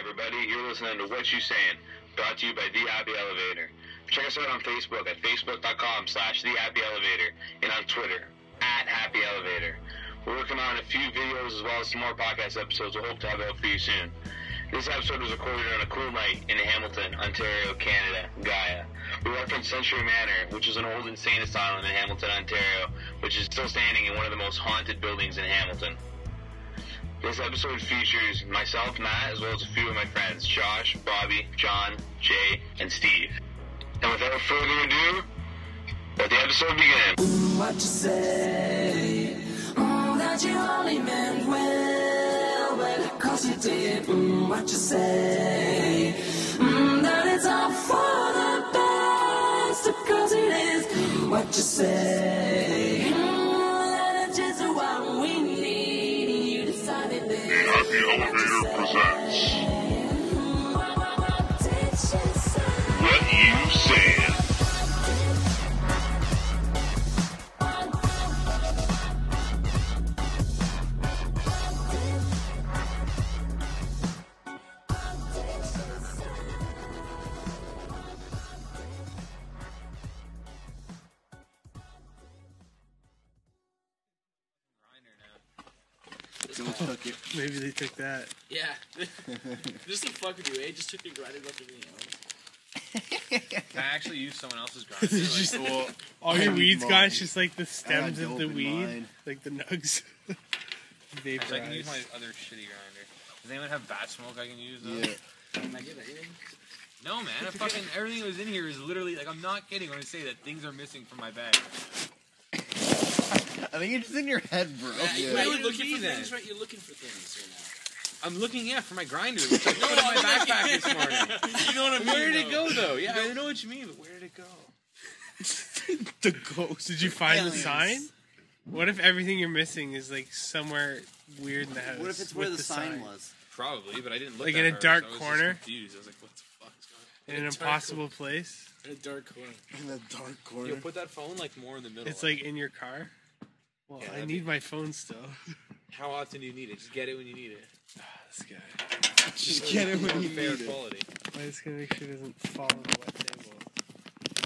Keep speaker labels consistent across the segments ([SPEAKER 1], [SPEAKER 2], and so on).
[SPEAKER 1] everybody. You're listening to What You Saying, brought to you by The Abbey Elevator. Check us out on Facebook at facebook.com slash The Happy Elevator and on Twitter at Happy Elevator. We're working on a few videos as well as some more podcast episodes. We hope to have out for you soon. This episode was recorded on a cool night in Hamilton, Ontario, Canada, Gaia. We reference Century Manor, which is an old insane asylum in Hamilton, Ontario, which is still standing in one of the most haunted buildings in Hamilton. This episode features myself, Matt, as well as a few of my friends, Josh, Bobby, John, Jay, and Steve. And without further ado, let the episode begin.
[SPEAKER 2] what you say. Mm, that you only meant well, well, of course you did. Mm, what you say. Mm, that it's all for the best, of course it is. Mm, what you say. Mm, that it's just what we need. You decided this.
[SPEAKER 1] Happy
[SPEAKER 2] What you
[SPEAKER 1] Elevator
[SPEAKER 2] say.
[SPEAKER 1] presents.
[SPEAKER 2] Mm, what- what- what did you say?
[SPEAKER 1] What you saying?
[SPEAKER 3] Don't fuck it. Maybe they took that.
[SPEAKER 4] Yeah. just to fuck with you, eh? Just took your grinder left everything else.
[SPEAKER 5] I actually used someone else's grinder.
[SPEAKER 3] It's just- all
[SPEAKER 6] I
[SPEAKER 3] your
[SPEAKER 6] had
[SPEAKER 3] weeds,
[SPEAKER 6] mine.
[SPEAKER 3] guys, just like the stems
[SPEAKER 6] I had
[SPEAKER 3] of the
[SPEAKER 6] dope in
[SPEAKER 3] weed,
[SPEAKER 6] mine.
[SPEAKER 3] like the nugs.
[SPEAKER 5] Actually, I can use
[SPEAKER 3] Vaporize.
[SPEAKER 5] my other shitty grinder. Does anyone have bat smoke I can use? Though?
[SPEAKER 6] Yeah.
[SPEAKER 4] Can I get anything?
[SPEAKER 5] No, man. I fucking everything that was in here is literally like I'm not kidding when I say that things are missing from my bag.
[SPEAKER 6] I think it's in your head, bro.
[SPEAKER 4] Yeah,
[SPEAKER 5] Why
[SPEAKER 4] You're
[SPEAKER 5] would it
[SPEAKER 4] looking
[SPEAKER 5] be
[SPEAKER 4] for
[SPEAKER 5] then?
[SPEAKER 4] things, right? You're looking for things
[SPEAKER 5] I'm looking yeah for my grinder, which I put in my backpack this morning.
[SPEAKER 4] right now. you know what I mean?
[SPEAKER 5] Where did it
[SPEAKER 4] though.
[SPEAKER 5] go though? Yeah, I know what you mean, but where did it go?
[SPEAKER 3] the ghost. Did you find the
[SPEAKER 6] Aliens.
[SPEAKER 3] sign? What if everything you're missing is like somewhere weird in the house?
[SPEAKER 6] What if it's where
[SPEAKER 3] with
[SPEAKER 6] the sign was?
[SPEAKER 5] Probably, but I didn't look.
[SPEAKER 3] Like
[SPEAKER 5] that
[SPEAKER 3] in a
[SPEAKER 5] hard,
[SPEAKER 3] dark
[SPEAKER 5] so I was
[SPEAKER 3] corner?
[SPEAKER 5] Just confused. I was like, what the fuck's going? on?
[SPEAKER 3] In an
[SPEAKER 4] It's hardcore.
[SPEAKER 3] impossible place?
[SPEAKER 4] In a dark corner.
[SPEAKER 6] In the dark corner.
[SPEAKER 5] Yo, put that phone like more in the middle.
[SPEAKER 3] It's like in your car? Well,
[SPEAKER 5] Yeah,
[SPEAKER 3] I
[SPEAKER 5] that'd
[SPEAKER 3] need my phone still.
[SPEAKER 5] how often do you need it? Just get it when you need it.
[SPEAKER 3] this guy.
[SPEAKER 6] Just get it when you
[SPEAKER 5] Fair
[SPEAKER 6] need it.
[SPEAKER 5] quality.
[SPEAKER 3] I'm just gonna make sure it doesn't fall on the wet table.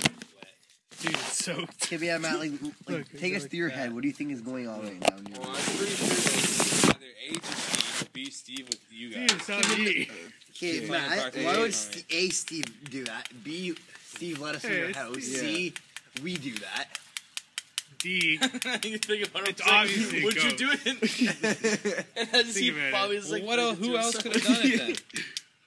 [SPEAKER 3] Dude, it's soaked.
[SPEAKER 6] Okay, but yeah, Matt, like, like
[SPEAKER 3] Look,
[SPEAKER 6] take
[SPEAKER 3] it's
[SPEAKER 6] us
[SPEAKER 3] like
[SPEAKER 6] through your
[SPEAKER 3] that.
[SPEAKER 6] head. What do you think is going on right now? in your
[SPEAKER 5] Well, I'm
[SPEAKER 6] mind?
[SPEAKER 5] pretty sure that either A to Steve or B Steve with you guys.
[SPEAKER 3] Dude, it's not me.
[SPEAKER 6] Okay,
[SPEAKER 5] Keep on
[SPEAKER 6] Matt,
[SPEAKER 5] talking.
[SPEAKER 6] why would
[SPEAKER 5] Yeah.
[SPEAKER 6] Ste A, Steve do that? B, Steve let us in
[SPEAKER 3] Hey,
[SPEAKER 6] your
[SPEAKER 3] it's
[SPEAKER 6] house.
[SPEAKER 3] Steve.
[SPEAKER 6] C, we do that.
[SPEAKER 4] you
[SPEAKER 3] D.
[SPEAKER 4] think about it.
[SPEAKER 3] It's
[SPEAKER 4] It's like,
[SPEAKER 3] obviously a
[SPEAKER 4] Would you
[SPEAKER 3] goat.
[SPEAKER 4] do it? and then see
[SPEAKER 3] about it.
[SPEAKER 4] Bobby's like, "Would
[SPEAKER 5] what el-
[SPEAKER 4] you
[SPEAKER 5] who
[SPEAKER 4] do
[SPEAKER 5] else
[SPEAKER 4] it?"
[SPEAKER 5] could have done it then?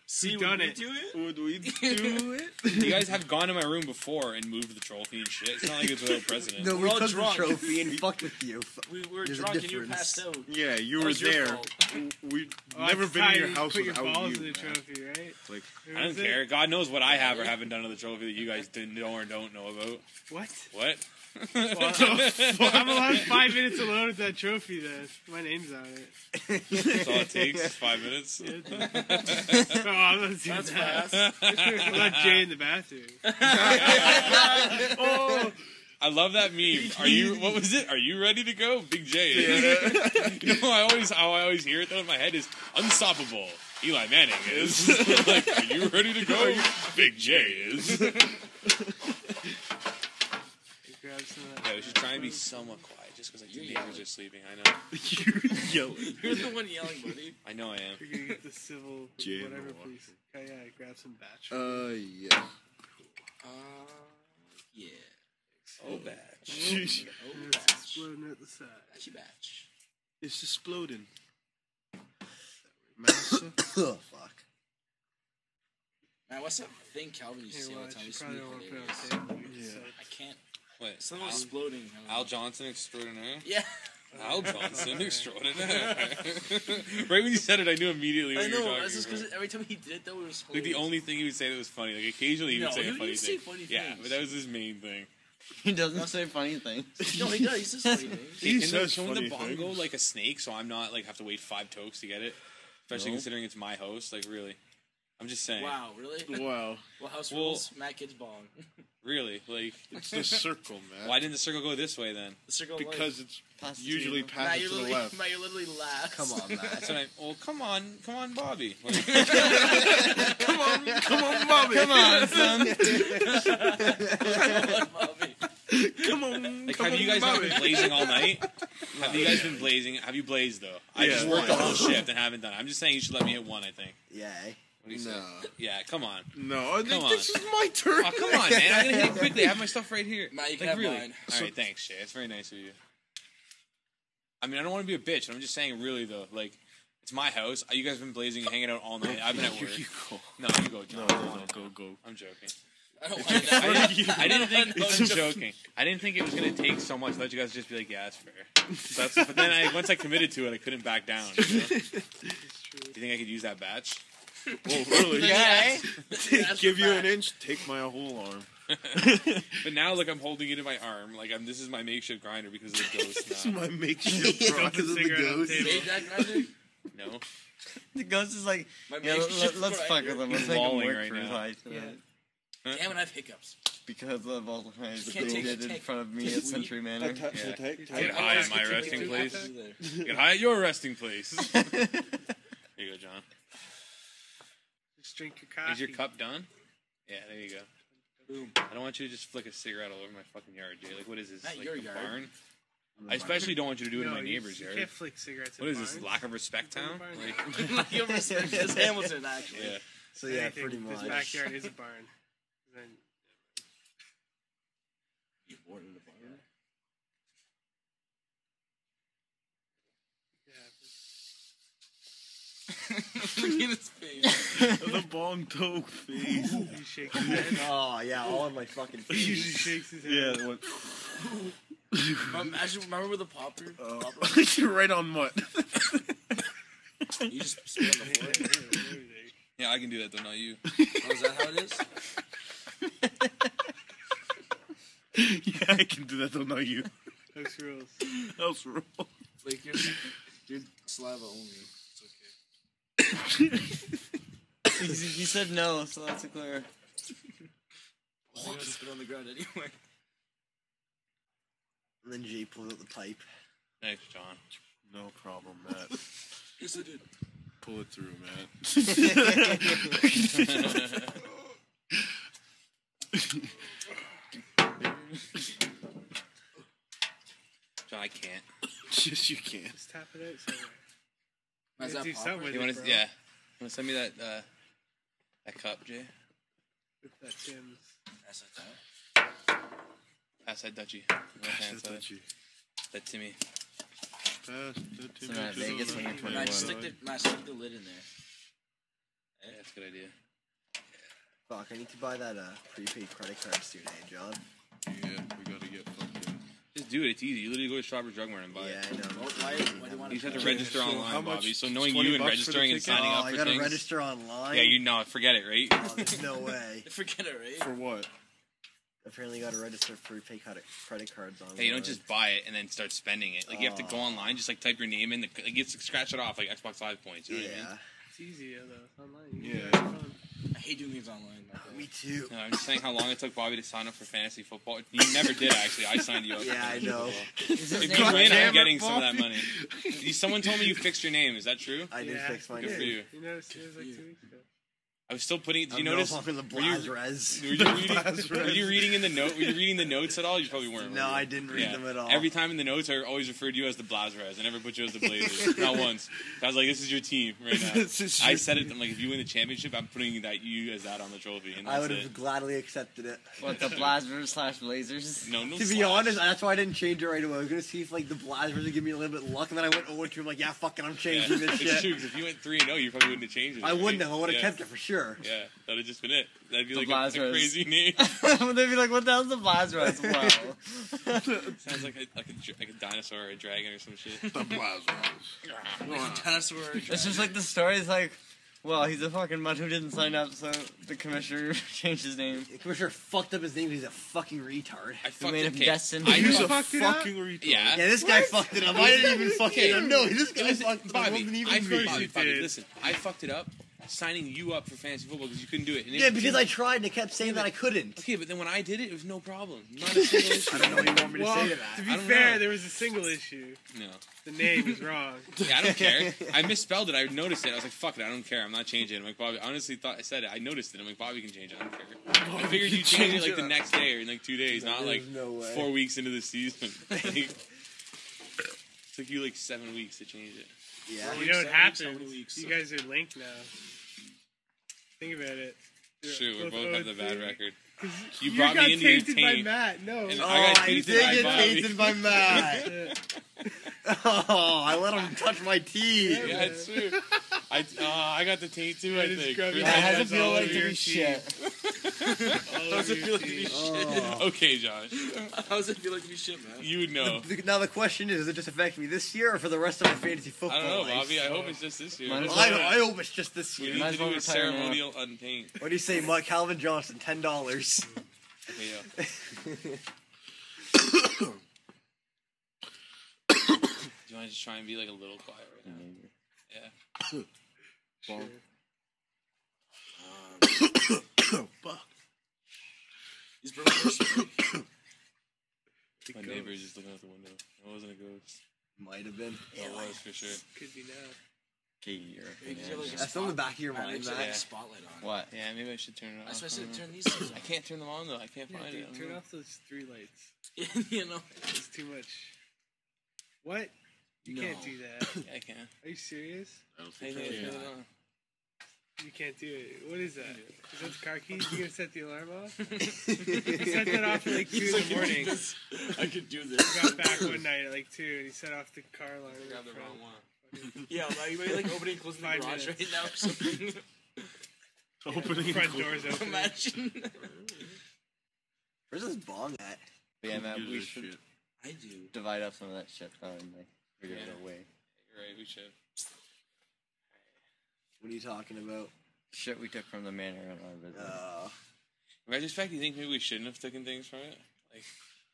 [SPEAKER 4] See, would
[SPEAKER 3] done
[SPEAKER 4] we
[SPEAKER 3] it?
[SPEAKER 4] do it?
[SPEAKER 6] Would we do
[SPEAKER 5] You guys have gone to my room before and moved the trophy and shit. It's not like it's without precedent.
[SPEAKER 6] No,
[SPEAKER 4] We're
[SPEAKER 6] we
[SPEAKER 4] all
[SPEAKER 6] took
[SPEAKER 4] drunk.
[SPEAKER 6] the trophy and fucked with you.
[SPEAKER 4] We were
[SPEAKER 6] There's a
[SPEAKER 4] drunk and you were
[SPEAKER 6] difference.
[SPEAKER 4] passed out.
[SPEAKER 7] Yeah, you
[SPEAKER 4] That
[SPEAKER 7] were
[SPEAKER 4] was your
[SPEAKER 7] there.
[SPEAKER 4] fault.
[SPEAKER 7] W- We've
[SPEAKER 3] Oh,
[SPEAKER 7] never
[SPEAKER 3] it's
[SPEAKER 7] been in
[SPEAKER 3] time
[SPEAKER 7] your
[SPEAKER 3] you
[SPEAKER 7] house
[SPEAKER 3] put your
[SPEAKER 7] without
[SPEAKER 3] balls
[SPEAKER 7] you.
[SPEAKER 3] in the
[SPEAKER 7] man.
[SPEAKER 3] trophy, right?
[SPEAKER 7] It's like,
[SPEAKER 3] Who
[SPEAKER 5] I don't
[SPEAKER 3] is it?
[SPEAKER 5] care. God knows what I have or haven't done to the trophy that you guys didn't know or don't know about.
[SPEAKER 3] What?
[SPEAKER 5] What?
[SPEAKER 3] I'm allowed five minutes alone with that trophy. Then my name's on it.
[SPEAKER 5] That's all it takes. is Five minutes.
[SPEAKER 3] Yeah. oh, I'm not doing
[SPEAKER 4] That's
[SPEAKER 3] that.
[SPEAKER 4] fast.
[SPEAKER 3] I'm not Jay in the bathroom. oh,
[SPEAKER 5] I love that meme. Are you? What was it? Are you ready to go, Big J? you know, I always how I always hear it though in my head is unstoppable. Eli Manning is like, are you ready to go? Big J is. yeah,
[SPEAKER 3] grab some uh, of that.
[SPEAKER 5] we should try and be somewhat quiet, just because like the neighbors are sleeping. I know.
[SPEAKER 4] You're the one yelling, buddy.
[SPEAKER 5] I know I am.
[SPEAKER 3] You're gonna get the civil
[SPEAKER 7] Jay in
[SPEAKER 3] whatever,
[SPEAKER 7] the
[SPEAKER 3] please. Oh, yeah, grab some batch.
[SPEAKER 6] Uh, yeah.
[SPEAKER 4] Uh, yeah.
[SPEAKER 5] Oh, bad.
[SPEAKER 7] Sheesh.
[SPEAKER 4] Oh,
[SPEAKER 3] And it's
[SPEAKER 4] batch.
[SPEAKER 3] exploding at the side.
[SPEAKER 4] Batchy batch.
[SPEAKER 7] it's exploding. Massa.
[SPEAKER 6] Oh, fuck.
[SPEAKER 4] Man, what's that thing Calvin used to
[SPEAKER 3] Here,
[SPEAKER 4] say all
[SPEAKER 3] well,
[SPEAKER 4] the time?
[SPEAKER 3] you
[SPEAKER 4] It's
[SPEAKER 3] probably
[SPEAKER 4] new
[SPEAKER 3] don't want to put it
[SPEAKER 4] hilarious.
[SPEAKER 3] on the table.
[SPEAKER 7] Yeah.
[SPEAKER 4] I can't.
[SPEAKER 5] Wait,
[SPEAKER 4] Something was exploding. I don't
[SPEAKER 5] Al
[SPEAKER 4] know.
[SPEAKER 5] Johnson extraordinaire.
[SPEAKER 4] Yeah.
[SPEAKER 5] Al Johnson extraordinaire. right when you said it, I knew immediately what
[SPEAKER 4] I
[SPEAKER 5] you were
[SPEAKER 4] know.
[SPEAKER 5] talking
[SPEAKER 4] That's just
[SPEAKER 5] about.
[SPEAKER 4] because every time he did it, though, it was
[SPEAKER 5] Like the
[SPEAKER 4] hilarious.
[SPEAKER 5] only thing he would say that was funny. Like occasionally he would
[SPEAKER 4] No,
[SPEAKER 5] say
[SPEAKER 4] he
[SPEAKER 5] a
[SPEAKER 4] would-
[SPEAKER 5] funny
[SPEAKER 4] he'd say
[SPEAKER 5] thing.
[SPEAKER 4] funny
[SPEAKER 5] yeah,
[SPEAKER 4] things.
[SPEAKER 5] but that was his main thing.
[SPEAKER 6] He doesn't say funny things.
[SPEAKER 4] No, he does. He says funny things.
[SPEAKER 7] He
[SPEAKER 5] and they're
[SPEAKER 7] says
[SPEAKER 5] showing
[SPEAKER 7] funny
[SPEAKER 5] the bongo
[SPEAKER 7] things.
[SPEAKER 5] like a snake, so I'm not like have to wait five tokes to get it. Especially considering it's my host. Like really, I'm just saying.
[SPEAKER 4] Wow, really?
[SPEAKER 7] Wow.
[SPEAKER 4] Well, house
[SPEAKER 5] Well-
[SPEAKER 4] rules. Matt gets bong.
[SPEAKER 5] Really? Like,
[SPEAKER 7] It's the circle, man.
[SPEAKER 5] why didn't the circle go this way then?
[SPEAKER 4] The circle of life.
[SPEAKER 7] Because it's
[SPEAKER 6] Pass it to
[SPEAKER 7] usually
[SPEAKER 6] you.
[SPEAKER 4] Matt,
[SPEAKER 7] passes
[SPEAKER 4] you're
[SPEAKER 7] to the
[SPEAKER 4] literally,
[SPEAKER 7] left.
[SPEAKER 4] Matt, you're literally last.
[SPEAKER 6] Come on,
[SPEAKER 5] That's
[SPEAKER 6] Matt.
[SPEAKER 5] what I. Well, come on, come on, Bobby. Like,
[SPEAKER 7] Come on, come on, Bobby.
[SPEAKER 5] come on, son.
[SPEAKER 4] Bobby.
[SPEAKER 7] come on.
[SPEAKER 5] Like,
[SPEAKER 7] come
[SPEAKER 5] have you
[SPEAKER 7] on,
[SPEAKER 5] guys not
[SPEAKER 7] Bobby.
[SPEAKER 5] been blazing all night? Have you guys been blazing? Have you blazed though? I just
[SPEAKER 7] Yeah.
[SPEAKER 5] worked the whole shift and haven't done. it. I'm just saying you should let me hit one. I think.
[SPEAKER 6] Yeah. eh?
[SPEAKER 5] What do you say?
[SPEAKER 6] No.
[SPEAKER 5] Yeah, come on.
[SPEAKER 7] No, I think
[SPEAKER 5] Come
[SPEAKER 7] this
[SPEAKER 5] on.
[SPEAKER 7] is my turn.
[SPEAKER 5] Oh, come on, man. I'm gonna hit it quickly. I have my stuff right here.
[SPEAKER 4] Matt, you can have mine.
[SPEAKER 5] All right, thanks, Shay. That's very nice of you. I mean, I don't want to be a bitch. but I'm just saying, really though, like. It's my house. You guys have been blazing and hanging out all night. I've been at work.
[SPEAKER 7] You go.
[SPEAKER 5] No, you go, John.
[SPEAKER 7] No, no, no, go, go.
[SPEAKER 5] I'm joking.
[SPEAKER 4] I don't want that.
[SPEAKER 5] I didn't, I didn't think.
[SPEAKER 4] No,
[SPEAKER 5] I'm
[SPEAKER 4] just-
[SPEAKER 5] joking. I didn't think it was gonna take so much. Let you guys just be like, yeah, that's fair. So that's, but then I, once I committed to it, I couldn't back down. You know? Do you think I could use that batch?
[SPEAKER 7] Well, really?
[SPEAKER 6] eh?
[SPEAKER 5] Yeah.
[SPEAKER 4] That's
[SPEAKER 7] Give you
[SPEAKER 4] Matt.
[SPEAKER 7] an inch, take my whole arm.
[SPEAKER 5] But now, look, I'm holding it in my arm. Like I'm. This is my makeshift grinder because of the ghost. Now.
[SPEAKER 7] My makeshift rock is the
[SPEAKER 3] cigarette on the
[SPEAKER 7] ghost.
[SPEAKER 3] table.
[SPEAKER 4] Made that grinder?
[SPEAKER 5] No.
[SPEAKER 6] The ghost is like,
[SPEAKER 4] My
[SPEAKER 6] yeah, let,
[SPEAKER 4] makeshift
[SPEAKER 6] let's fuck
[SPEAKER 4] grinder.
[SPEAKER 6] with him. Let's
[SPEAKER 5] He's
[SPEAKER 6] make him
[SPEAKER 5] bawling
[SPEAKER 6] work
[SPEAKER 5] right
[SPEAKER 6] for his
[SPEAKER 5] now.
[SPEAKER 6] life tonight.
[SPEAKER 4] Damn it, I have hiccups.
[SPEAKER 6] Because of all the times
[SPEAKER 4] Just
[SPEAKER 6] they
[SPEAKER 4] can't take
[SPEAKER 6] did
[SPEAKER 4] the
[SPEAKER 6] in
[SPEAKER 4] take-
[SPEAKER 6] front of me
[SPEAKER 4] take
[SPEAKER 6] at
[SPEAKER 4] the
[SPEAKER 6] Century Manor.
[SPEAKER 5] Yeah.
[SPEAKER 3] Get
[SPEAKER 5] Get high at
[SPEAKER 3] at
[SPEAKER 5] my
[SPEAKER 3] Continue
[SPEAKER 5] resting
[SPEAKER 3] to
[SPEAKER 5] place.
[SPEAKER 3] happen.
[SPEAKER 5] Get high at your resting place. Here you go, John.
[SPEAKER 3] Just drink your coffee.
[SPEAKER 5] Is your cup done? Yeah, there you go.
[SPEAKER 4] Boom.
[SPEAKER 5] I don't want you to just flick a cigarette all over my fucking yard, Jay. Like, what is this?
[SPEAKER 4] Not
[SPEAKER 5] like
[SPEAKER 4] your
[SPEAKER 5] the
[SPEAKER 4] yard.
[SPEAKER 5] barn? I especially don't want you to do it in
[SPEAKER 3] No,
[SPEAKER 5] my
[SPEAKER 3] you-
[SPEAKER 5] neighbor's
[SPEAKER 3] you
[SPEAKER 5] yard.
[SPEAKER 3] can't flick cigarettes.
[SPEAKER 5] What
[SPEAKER 3] at
[SPEAKER 5] is this?
[SPEAKER 3] barns.
[SPEAKER 5] Lack of respect town?
[SPEAKER 3] Barn.
[SPEAKER 5] Like,
[SPEAKER 4] Like, you respect this Hamilton, actually.
[SPEAKER 5] yeah.
[SPEAKER 6] So yeah,
[SPEAKER 3] Anything-
[SPEAKER 6] pretty
[SPEAKER 3] This
[SPEAKER 6] much.
[SPEAKER 3] backyard is a barn. Then
[SPEAKER 4] You born in a barn? Look at his face.
[SPEAKER 7] The bong toe face.
[SPEAKER 3] he shakes his head.
[SPEAKER 6] Oh yeah, all in my fucking
[SPEAKER 3] He usually
[SPEAKER 6] face.
[SPEAKER 3] shakes his head.
[SPEAKER 7] Yeah, what?
[SPEAKER 4] Imagine, remember with the popper?
[SPEAKER 5] Oh.
[SPEAKER 7] right on what?
[SPEAKER 4] You just spit on the floor.
[SPEAKER 5] yeah, I can do that though, not you.
[SPEAKER 4] Oh, is that how it is?
[SPEAKER 7] yeah, I can do that. Don't know you.
[SPEAKER 3] House rules.
[SPEAKER 7] Else roll.
[SPEAKER 4] Like, you're, you're saliva only. It's okay.
[SPEAKER 6] he, he said no, so that's a clear.
[SPEAKER 4] Well, you gotta spit on the ground anyway.
[SPEAKER 6] And then Jay pulled out the pipe.
[SPEAKER 5] Thanks, John.
[SPEAKER 7] No problem, Matt.
[SPEAKER 4] Yes, I did.
[SPEAKER 7] Pull it through, Matt.
[SPEAKER 5] John, I can't.
[SPEAKER 7] yes, you can.
[SPEAKER 3] Just tap it out somewhere.
[SPEAKER 4] Is
[SPEAKER 3] do
[SPEAKER 4] that
[SPEAKER 3] something
[SPEAKER 4] popper?
[SPEAKER 3] with
[SPEAKER 5] You
[SPEAKER 3] it,
[SPEAKER 5] want to?
[SPEAKER 3] bro.
[SPEAKER 5] Yeah. You want to send me that uh, that cup, Jay?
[SPEAKER 3] With that Tim's.
[SPEAKER 4] That's a thought.
[SPEAKER 5] Pass that Dutchie.
[SPEAKER 7] Pass it
[SPEAKER 5] That,
[SPEAKER 7] to you.
[SPEAKER 5] that Timmy.
[SPEAKER 7] Pass it to
[SPEAKER 6] So now
[SPEAKER 7] me.
[SPEAKER 6] Vegas when you're
[SPEAKER 4] Matt,
[SPEAKER 6] 21.
[SPEAKER 4] just stick the, Matt, stick the lid in there.
[SPEAKER 5] Yeah, that's a good idea.
[SPEAKER 6] Fuck, I need to buy that uh, prepaid credit card today, John.
[SPEAKER 7] Yeah, we gotta get fucking.
[SPEAKER 5] Just do it. It's easy. You literally go to Shoppers Drug Mart and buy
[SPEAKER 6] Yeah,
[SPEAKER 5] it.
[SPEAKER 6] I know.
[SPEAKER 4] Well, why, why do you want
[SPEAKER 5] You
[SPEAKER 4] to
[SPEAKER 5] just have to
[SPEAKER 4] try?
[SPEAKER 5] register
[SPEAKER 7] so
[SPEAKER 5] online,
[SPEAKER 7] how much-
[SPEAKER 5] Bobby. So knowing
[SPEAKER 7] 20
[SPEAKER 5] you and
[SPEAKER 7] bucks for the
[SPEAKER 5] registering and
[SPEAKER 7] ticket?
[SPEAKER 5] signing
[SPEAKER 6] oh,
[SPEAKER 5] up
[SPEAKER 6] I
[SPEAKER 5] for
[SPEAKER 6] gotta
[SPEAKER 5] things.
[SPEAKER 6] register online.
[SPEAKER 5] Yeah, you know. Forget it, right?
[SPEAKER 6] Oh, there's no way.
[SPEAKER 4] Forget it, right?
[SPEAKER 7] For what?
[SPEAKER 6] Apparently, gotta register prepaid credit credit cards online.
[SPEAKER 5] Hey, you don't just buy it and then start spending it. Like you have to
[SPEAKER 6] Oh.
[SPEAKER 5] go online, just like type your name in, the, like you have to scratch it off like Xbox Live points. You know what I mean?
[SPEAKER 6] Yeah,
[SPEAKER 3] It's easy though. It's online. You
[SPEAKER 7] Yeah.
[SPEAKER 3] can do it on your phone.
[SPEAKER 4] I hate doing things online. By the way.
[SPEAKER 6] me too.
[SPEAKER 5] No, I'm just saying how long it took Bobby to sign up for fantasy football. You never did actually. I signed you up.
[SPEAKER 6] Yeah, I know.
[SPEAKER 5] If you win, I'm
[SPEAKER 7] Damn it,
[SPEAKER 5] getting some of that
[SPEAKER 7] Bobby.
[SPEAKER 5] money. You- Someone told me you fixed your name. Is that true?
[SPEAKER 6] I did
[SPEAKER 3] Yeah,
[SPEAKER 6] fix my
[SPEAKER 3] you
[SPEAKER 5] Good for
[SPEAKER 3] did.
[SPEAKER 6] name.
[SPEAKER 5] you.
[SPEAKER 3] You noticed it was like
[SPEAKER 4] You.
[SPEAKER 3] two weeks ago.
[SPEAKER 5] I was still putting. Did you
[SPEAKER 6] I'm
[SPEAKER 5] notice?
[SPEAKER 6] No longer the
[SPEAKER 5] were, you,
[SPEAKER 6] Blas Res.
[SPEAKER 5] were you reading,
[SPEAKER 7] Blaz
[SPEAKER 5] were you reading in the note? Were you reading the notes at all? You probably weren't.
[SPEAKER 6] No,
[SPEAKER 5] were you?
[SPEAKER 6] I didn't read
[SPEAKER 5] Yeah.
[SPEAKER 6] them at all.
[SPEAKER 5] Every time in the notes, I always referred to you as the Blazers. I never put you as the Blazers. Not once. I was like, this is your team right now.
[SPEAKER 6] This is
[SPEAKER 5] I
[SPEAKER 6] your
[SPEAKER 5] said it. I'm like, if you win the championship, I'm putting that you as that on the trophy. And
[SPEAKER 6] I
[SPEAKER 5] that's
[SPEAKER 6] would
[SPEAKER 5] it.
[SPEAKER 6] have gladly accepted it.
[SPEAKER 8] What the Blasphemers slash Blazers?
[SPEAKER 5] No, no
[SPEAKER 6] To be
[SPEAKER 5] slash.
[SPEAKER 6] honest, that's why I didn't change it right away. I was gonna see if like the Blazers would give me a little bit of luck, and then I went 0 2. I'm like, yeah, fucking, I'm
[SPEAKER 5] Yeah.
[SPEAKER 6] changing
[SPEAKER 5] It's
[SPEAKER 6] this shit.
[SPEAKER 5] true, 'cause if you went 3 0, you probably wouldn't have changed it.
[SPEAKER 6] I
[SPEAKER 5] right?
[SPEAKER 6] wouldn't have. I would
[SPEAKER 5] yeah.
[SPEAKER 6] have kept it for sure.
[SPEAKER 5] Yeah, that'd have just been it. That'd be
[SPEAKER 8] The
[SPEAKER 5] like a- a,
[SPEAKER 8] Blazers.
[SPEAKER 5] crazy name.
[SPEAKER 8] Would they be like, what the hell's the Blasphemers? Wow.
[SPEAKER 5] Sounds like a, like, a, dr- like a dinosaur or a dragon or some shit.
[SPEAKER 7] The Blazers.
[SPEAKER 4] Like a dinosaur.
[SPEAKER 8] it's just like the story's like, well, he's a fucking mutt who didn't sign up, so the commissioner changed his name.
[SPEAKER 6] The commissioner fucked up his name. 'cause He's a fucking retard.
[SPEAKER 5] I
[SPEAKER 8] They
[SPEAKER 5] fucked
[SPEAKER 8] made
[SPEAKER 5] up
[SPEAKER 8] him
[SPEAKER 5] Kate.
[SPEAKER 8] destined.
[SPEAKER 5] I
[SPEAKER 7] He's
[SPEAKER 5] know.
[SPEAKER 7] a fucking retard.
[SPEAKER 5] Yeah.
[SPEAKER 6] Yeah, this guy fucked it up. I didn't even fucking
[SPEAKER 5] Okay.
[SPEAKER 6] know. No, this
[SPEAKER 5] It
[SPEAKER 6] guy
[SPEAKER 5] was
[SPEAKER 6] fucked it up. It
[SPEAKER 5] Bobby.
[SPEAKER 6] wasn't even
[SPEAKER 5] I
[SPEAKER 6] me.
[SPEAKER 5] fucked
[SPEAKER 3] You
[SPEAKER 5] Bobby,
[SPEAKER 3] did.
[SPEAKER 5] Listen, I fucked it up. signing you up for fantasy football because you couldn't do it. And it-
[SPEAKER 6] Yeah, because I tried and it kept saying that I couldn't.
[SPEAKER 5] Okay, but then when I did it, it was no problem. Not a single issue.
[SPEAKER 6] I don't know what you want me to
[SPEAKER 3] Well,
[SPEAKER 6] say to
[SPEAKER 3] to
[SPEAKER 6] that.
[SPEAKER 3] be
[SPEAKER 5] I don't
[SPEAKER 3] fair,
[SPEAKER 5] know.
[SPEAKER 3] there was a single issue.
[SPEAKER 5] No.
[SPEAKER 3] The name is wrong.
[SPEAKER 5] Yeah, I don't care. I misspelled it. I noticed it. I was like, fuck it. I don't care. I'm not changing it. I'm like, Bobby, I honestly thought I said it. I noticed it. I'm like, Bobby can change it. I don't care. I figured you change it like the next day or in like two days, not like
[SPEAKER 6] There's no way.
[SPEAKER 5] four weeks into the season. Like, it took you like seven weeks to change it.
[SPEAKER 6] Yeah.
[SPEAKER 3] You
[SPEAKER 4] Seven
[SPEAKER 3] know what
[SPEAKER 4] weeks, how
[SPEAKER 3] happened?
[SPEAKER 4] many weeks?
[SPEAKER 3] You guys are linked now. Think about it. You're
[SPEAKER 5] Shoot, we both have the bad
[SPEAKER 3] 0-3.
[SPEAKER 5] record.
[SPEAKER 3] 'Cause
[SPEAKER 5] You brought
[SPEAKER 3] got
[SPEAKER 5] me into your
[SPEAKER 3] tainted
[SPEAKER 5] team.
[SPEAKER 3] by Matt. No.
[SPEAKER 5] And
[SPEAKER 6] Oh,
[SPEAKER 5] I got
[SPEAKER 6] I did
[SPEAKER 5] tainted by
[SPEAKER 6] get
[SPEAKER 5] Bobby.
[SPEAKER 6] tainted by Matt.
[SPEAKER 3] Uh,
[SPEAKER 6] Oh, I let him touch my teeth.
[SPEAKER 5] Yeah, it's true. I, uh, I got the taint too,
[SPEAKER 3] It
[SPEAKER 5] I
[SPEAKER 3] is
[SPEAKER 5] think.
[SPEAKER 3] grubby.
[SPEAKER 5] Really?
[SPEAKER 3] Yeah,
[SPEAKER 8] That
[SPEAKER 3] has
[SPEAKER 8] doesn't
[SPEAKER 3] a
[SPEAKER 8] feel
[SPEAKER 3] all
[SPEAKER 8] like to
[SPEAKER 3] your
[SPEAKER 8] be
[SPEAKER 3] teeth.
[SPEAKER 8] shit.
[SPEAKER 3] all
[SPEAKER 5] How's it
[SPEAKER 3] over
[SPEAKER 5] feel
[SPEAKER 3] your
[SPEAKER 5] like to be
[SPEAKER 3] team.
[SPEAKER 5] shit? Okay, Josh.
[SPEAKER 4] How does it feel like to be shit, man?
[SPEAKER 5] You would know.
[SPEAKER 6] Now the question is, does it just affect me this year or for the rest of my fantasy football
[SPEAKER 5] I don't know,
[SPEAKER 6] life?
[SPEAKER 5] Bobby. I hope it's just this year.
[SPEAKER 8] Might as
[SPEAKER 6] Well,
[SPEAKER 8] well.
[SPEAKER 6] I, I hope it's just this
[SPEAKER 5] We
[SPEAKER 6] year.
[SPEAKER 5] need
[SPEAKER 8] Might
[SPEAKER 5] to
[SPEAKER 8] as well
[SPEAKER 5] do a
[SPEAKER 8] retire now.
[SPEAKER 5] ceremonial unpaint.
[SPEAKER 6] What do you say, Mike? Calvin Johnson, ten dollars.
[SPEAKER 5] Yeah. Do you want to just try and be like a little quiet right now? Yeah.
[SPEAKER 4] He's burning worse, man.
[SPEAKER 5] My neighbor is just looking out the window. It wasn't a ghost.
[SPEAKER 6] Might have been.
[SPEAKER 5] It was for sure.
[SPEAKER 3] Could be now.
[SPEAKER 4] Maybe 'cause you have, like, a
[SPEAKER 6] That's on the
[SPEAKER 4] spot-
[SPEAKER 6] back of your
[SPEAKER 4] I
[SPEAKER 6] mind,
[SPEAKER 4] actually have
[SPEAKER 6] Matt.
[SPEAKER 4] a spotlight on.
[SPEAKER 8] What?
[SPEAKER 5] Yeah, maybe I should turn it off.
[SPEAKER 4] That's why I
[SPEAKER 5] don't
[SPEAKER 4] said
[SPEAKER 5] know.
[SPEAKER 4] turn these things
[SPEAKER 5] I can't turn them on though. I can't
[SPEAKER 3] Yeah,
[SPEAKER 5] find it. I
[SPEAKER 3] dude,
[SPEAKER 5] don't
[SPEAKER 3] turn
[SPEAKER 5] know.
[SPEAKER 3] off those three lights.
[SPEAKER 4] off. you know?
[SPEAKER 3] It's too much. What? You can't
[SPEAKER 4] No.
[SPEAKER 3] do that.
[SPEAKER 5] Yeah, I can.
[SPEAKER 3] Are you serious?
[SPEAKER 7] I don't
[SPEAKER 5] I
[SPEAKER 7] think
[SPEAKER 5] think I
[SPEAKER 7] so.
[SPEAKER 5] turned it
[SPEAKER 7] Yeah.
[SPEAKER 5] on.
[SPEAKER 3] You can't do it. What is that? Is that the car keys? You gonna set the alarm off? He set that off at like two in the morning. He
[SPEAKER 4] I could do this.
[SPEAKER 3] got back one night at like two, and he set off the car alarm. in
[SPEAKER 5] Grab the
[SPEAKER 3] front.
[SPEAKER 5] wrong one.
[SPEAKER 4] Yeah, like, you might, like opening and closing the
[SPEAKER 3] Five
[SPEAKER 4] garage
[SPEAKER 3] minutes.
[SPEAKER 4] right now or something.
[SPEAKER 7] Opening and
[SPEAKER 3] Front
[SPEAKER 7] closing.
[SPEAKER 3] doors open.
[SPEAKER 4] Imagine.
[SPEAKER 6] Where's this bong at?
[SPEAKER 8] But yeah, Matt,
[SPEAKER 7] Gives
[SPEAKER 8] we
[SPEAKER 7] a
[SPEAKER 8] should
[SPEAKER 7] shit.
[SPEAKER 4] I do.
[SPEAKER 8] divide up some of that shit though and like figure
[SPEAKER 5] Yeah.
[SPEAKER 8] it away.
[SPEAKER 5] You're right. We should.
[SPEAKER 6] What are you talking about?
[SPEAKER 8] Shit we took from the manor and all that.
[SPEAKER 6] Uh,
[SPEAKER 5] In retrospect, you think maybe we shouldn't have taken things from it?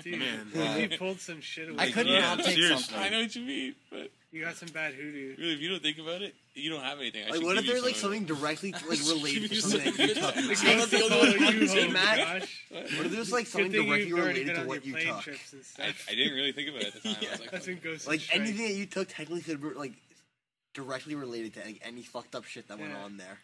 [SPEAKER 3] Dude,
[SPEAKER 7] Man,
[SPEAKER 3] you pulled some shit away.
[SPEAKER 8] I could
[SPEAKER 5] Yeah,
[SPEAKER 8] not take
[SPEAKER 7] seriously.
[SPEAKER 8] something.
[SPEAKER 5] I know what you mean, but
[SPEAKER 3] You got some bad hoodoo.
[SPEAKER 5] really, if you don't think about it, you don't have anything. I
[SPEAKER 6] like,
[SPEAKER 5] should
[SPEAKER 6] what if
[SPEAKER 5] give you
[SPEAKER 6] there's like
[SPEAKER 5] some of
[SPEAKER 6] something directly like related
[SPEAKER 4] Give
[SPEAKER 6] to
[SPEAKER 4] you
[SPEAKER 6] something that you took?
[SPEAKER 4] something.
[SPEAKER 6] Matt?
[SPEAKER 3] I'm not the only one you home,
[SPEAKER 6] Matt.
[SPEAKER 3] Josh.
[SPEAKER 6] What if there's like
[SPEAKER 3] Oh, Good
[SPEAKER 6] something
[SPEAKER 3] thing
[SPEAKER 6] directly
[SPEAKER 3] you've already
[SPEAKER 6] related
[SPEAKER 3] been
[SPEAKER 6] to
[SPEAKER 3] on your
[SPEAKER 6] what you
[SPEAKER 3] plane
[SPEAKER 6] took?
[SPEAKER 3] trips and stuff.
[SPEAKER 5] it. I, I didn't really think about it at the time. I was like, "Oh,
[SPEAKER 3] That's
[SPEAKER 5] fuck
[SPEAKER 3] when
[SPEAKER 5] it.
[SPEAKER 3] ghosts
[SPEAKER 6] Like
[SPEAKER 3] strike.
[SPEAKER 6] anything that you took technically could be like directly related to like, any fucked up shit that went
[SPEAKER 3] Yeah.
[SPEAKER 6] on there.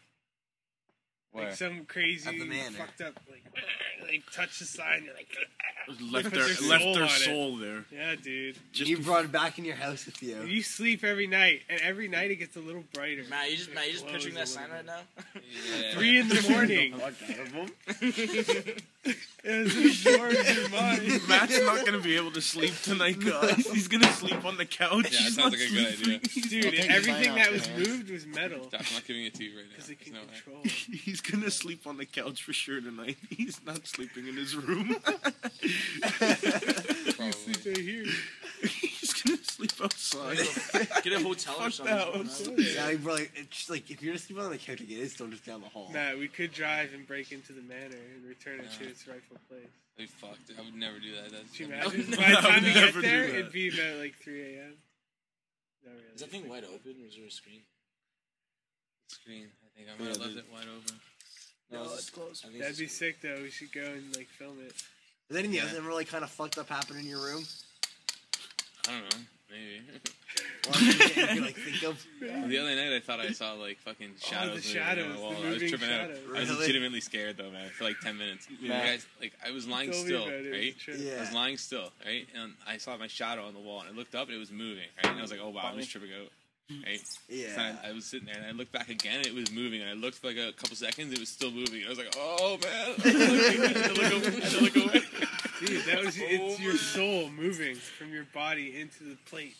[SPEAKER 8] Where?
[SPEAKER 3] Like some crazy
[SPEAKER 6] At the manor.
[SPEAKER 3] fucked up like like touch the sign. You're like,
[SPEAKER 7] left their,
[SPEAKER 3] Their
[SPEAKER 7] left
[SPEAKER 3] soul
[SPEAKER 7] their
[SPEAKER 3] on it.
[SPEAKER 7] soul there.
[SPEAKER 3] yeah, dude.
[SPEAKER 7] Just
[SPEAKER 6] you brought it back in your house with you.
[SPEAKER 3] You sleep every night, and every night it gets a little brighter.
[SPEAKER 4] Matt, you just,
[SPEAKER 3] It
[SPEAKER 4] Matt, you just
[SPEAKER 3] glows
[SPEAKER 4] picturing
[SPEAKER 3] a
[SPEAKER 4] that
[SPEAKER 3] little
[SPEAKER 4] sign right
[SPEAKER 3] bit.
[SPEAKER 4] now?
[SPEAKER 5] Yeah.
[SPEAKER 3] Three in the morning. it was in the morning, mine.
[SPEAKER 7] Matt's not gonna be able to sleep tonight, guys. He's gonna sleep on the couch.
[SPEAKER 5] Yeah, that
[SPEAKER 7] He's
[SPEAKER 5] sounds
[SPEAKER 7] not
[SPEAKER 5] like a good idea.
[SPEAKER 3] Dude,
[SPEAKER 8] take the
[SPEAKER 3] everything
[SPEAKER 8] sign
[SPEAKER 3] that
[SPEAKER 8] off,
[SPEAKER 3] was
[SPEAKER 8] man.
[SPEAKER 3] moved was metal
[SPEAKER 5] Josh, I'm not giving it to you right now.
[SPEAKER 3] because it
[SPEAKER 5] There's
[SPEAKER 3] can
[SPEAKER 5] no way.
[SPEAKER 3] control.
[SPEAKER 7] sleep- He's gonna sleep on the couch for sure tonight. He's not sleeping in his room.
[SPEAKER 5] Probably.
[SPEAKER 3] Right here.
[SPEAKER 7] He's gonna sleep outside.
[SPEAKER 4] Get a hotel or
[SPEAKER 7] Fuck
[SPEAKER 4] something.
[SPEAKER 7] that house.
[SPEAKER 6] Yeah, like, bro, like, it's just, like if you're just sleeping on the couch, like, it is still just down the hall.
[SPEAKER 3] Matt, we could drive and break into the manor and return it to its rightful place.
[SPEAKER 5] They fucked. I would never do that. That's
[SPEAKER 3] Could you imagine?
[SPEAKER 4] No,
[SPEAKER 3] By the time
[SPEAKER 7] I
[SPEAKER 3] we
[SPEAKER 7] would
[SPEAKER 3] get
[SPEAKER 7] never do
[SPEAKER 3] there,
[SPEAKER 7] that.
[SPEAKER 3] it'd be about like 3 a.m. Not really.
[SPEAKER 4] Is that thing wide open or is there a screen?
[SPEAKER 5] screen. I think I might have left it wide open.
[SPEAKER 4] No, it's closed. I think
[SPEAKER 3] That'd be
[SPEAKER 4] it's
[SPEAKER 3] sick though. We should go and like film it.
[SPEAKER 6] Is anything else
[SPEAKER 5] Yeah.
[SPEAKER 6] that really kind of fucked up happened in your room?
[SPEAKER 5] I don't know. Maybe.
[SPEAKER 6] Or anything that you, like think of?
[SPEAKER 5] The other night I thought I saw like fucking shadows. moving
[SPEAKER 3] shadows,
[SPEAKER 5] on
[SPEAKER 3] the
[SPEAKER 5] wall. I was
[SPEAKER 3] moving
[SPEAKER 5] tripping
[SPEAKER 3] shadows.
[SPEAKER 5] out. I was
[SPEAKER 6] Really?
[SPEAKER 5] legitimately scared though, man, for like ten minutes.
[SPEAKER 8] Yeah.
[SPEAKER 5] Like, I, like I was lying
[SPEAKER 3] Tell me
[SPEAKER 5] still,
[SPEAKER 3] about it. It was
[SPEAKER 5] right?
[SPEAKER 3] a trip.
[SPEAKER 6] Yeah.
[SPEAKER 5] I was lying still, right? And I saw my shadow on the wall, and I looked up, and it was moving, right? And I was like, "Oh wow, I'm just tripping out." Right? So
[SPEAKER 6] Yeah.
[SPEAKER 5] I, I was sitting there, and I looked back again, and it was moving. And I looked for like a couple seconds, it was still moving. I was like, "Oh man!" I had to look away. I had to look away.
[SPEAKER 3] Dude, that was it's your soul moving from your body into the plate.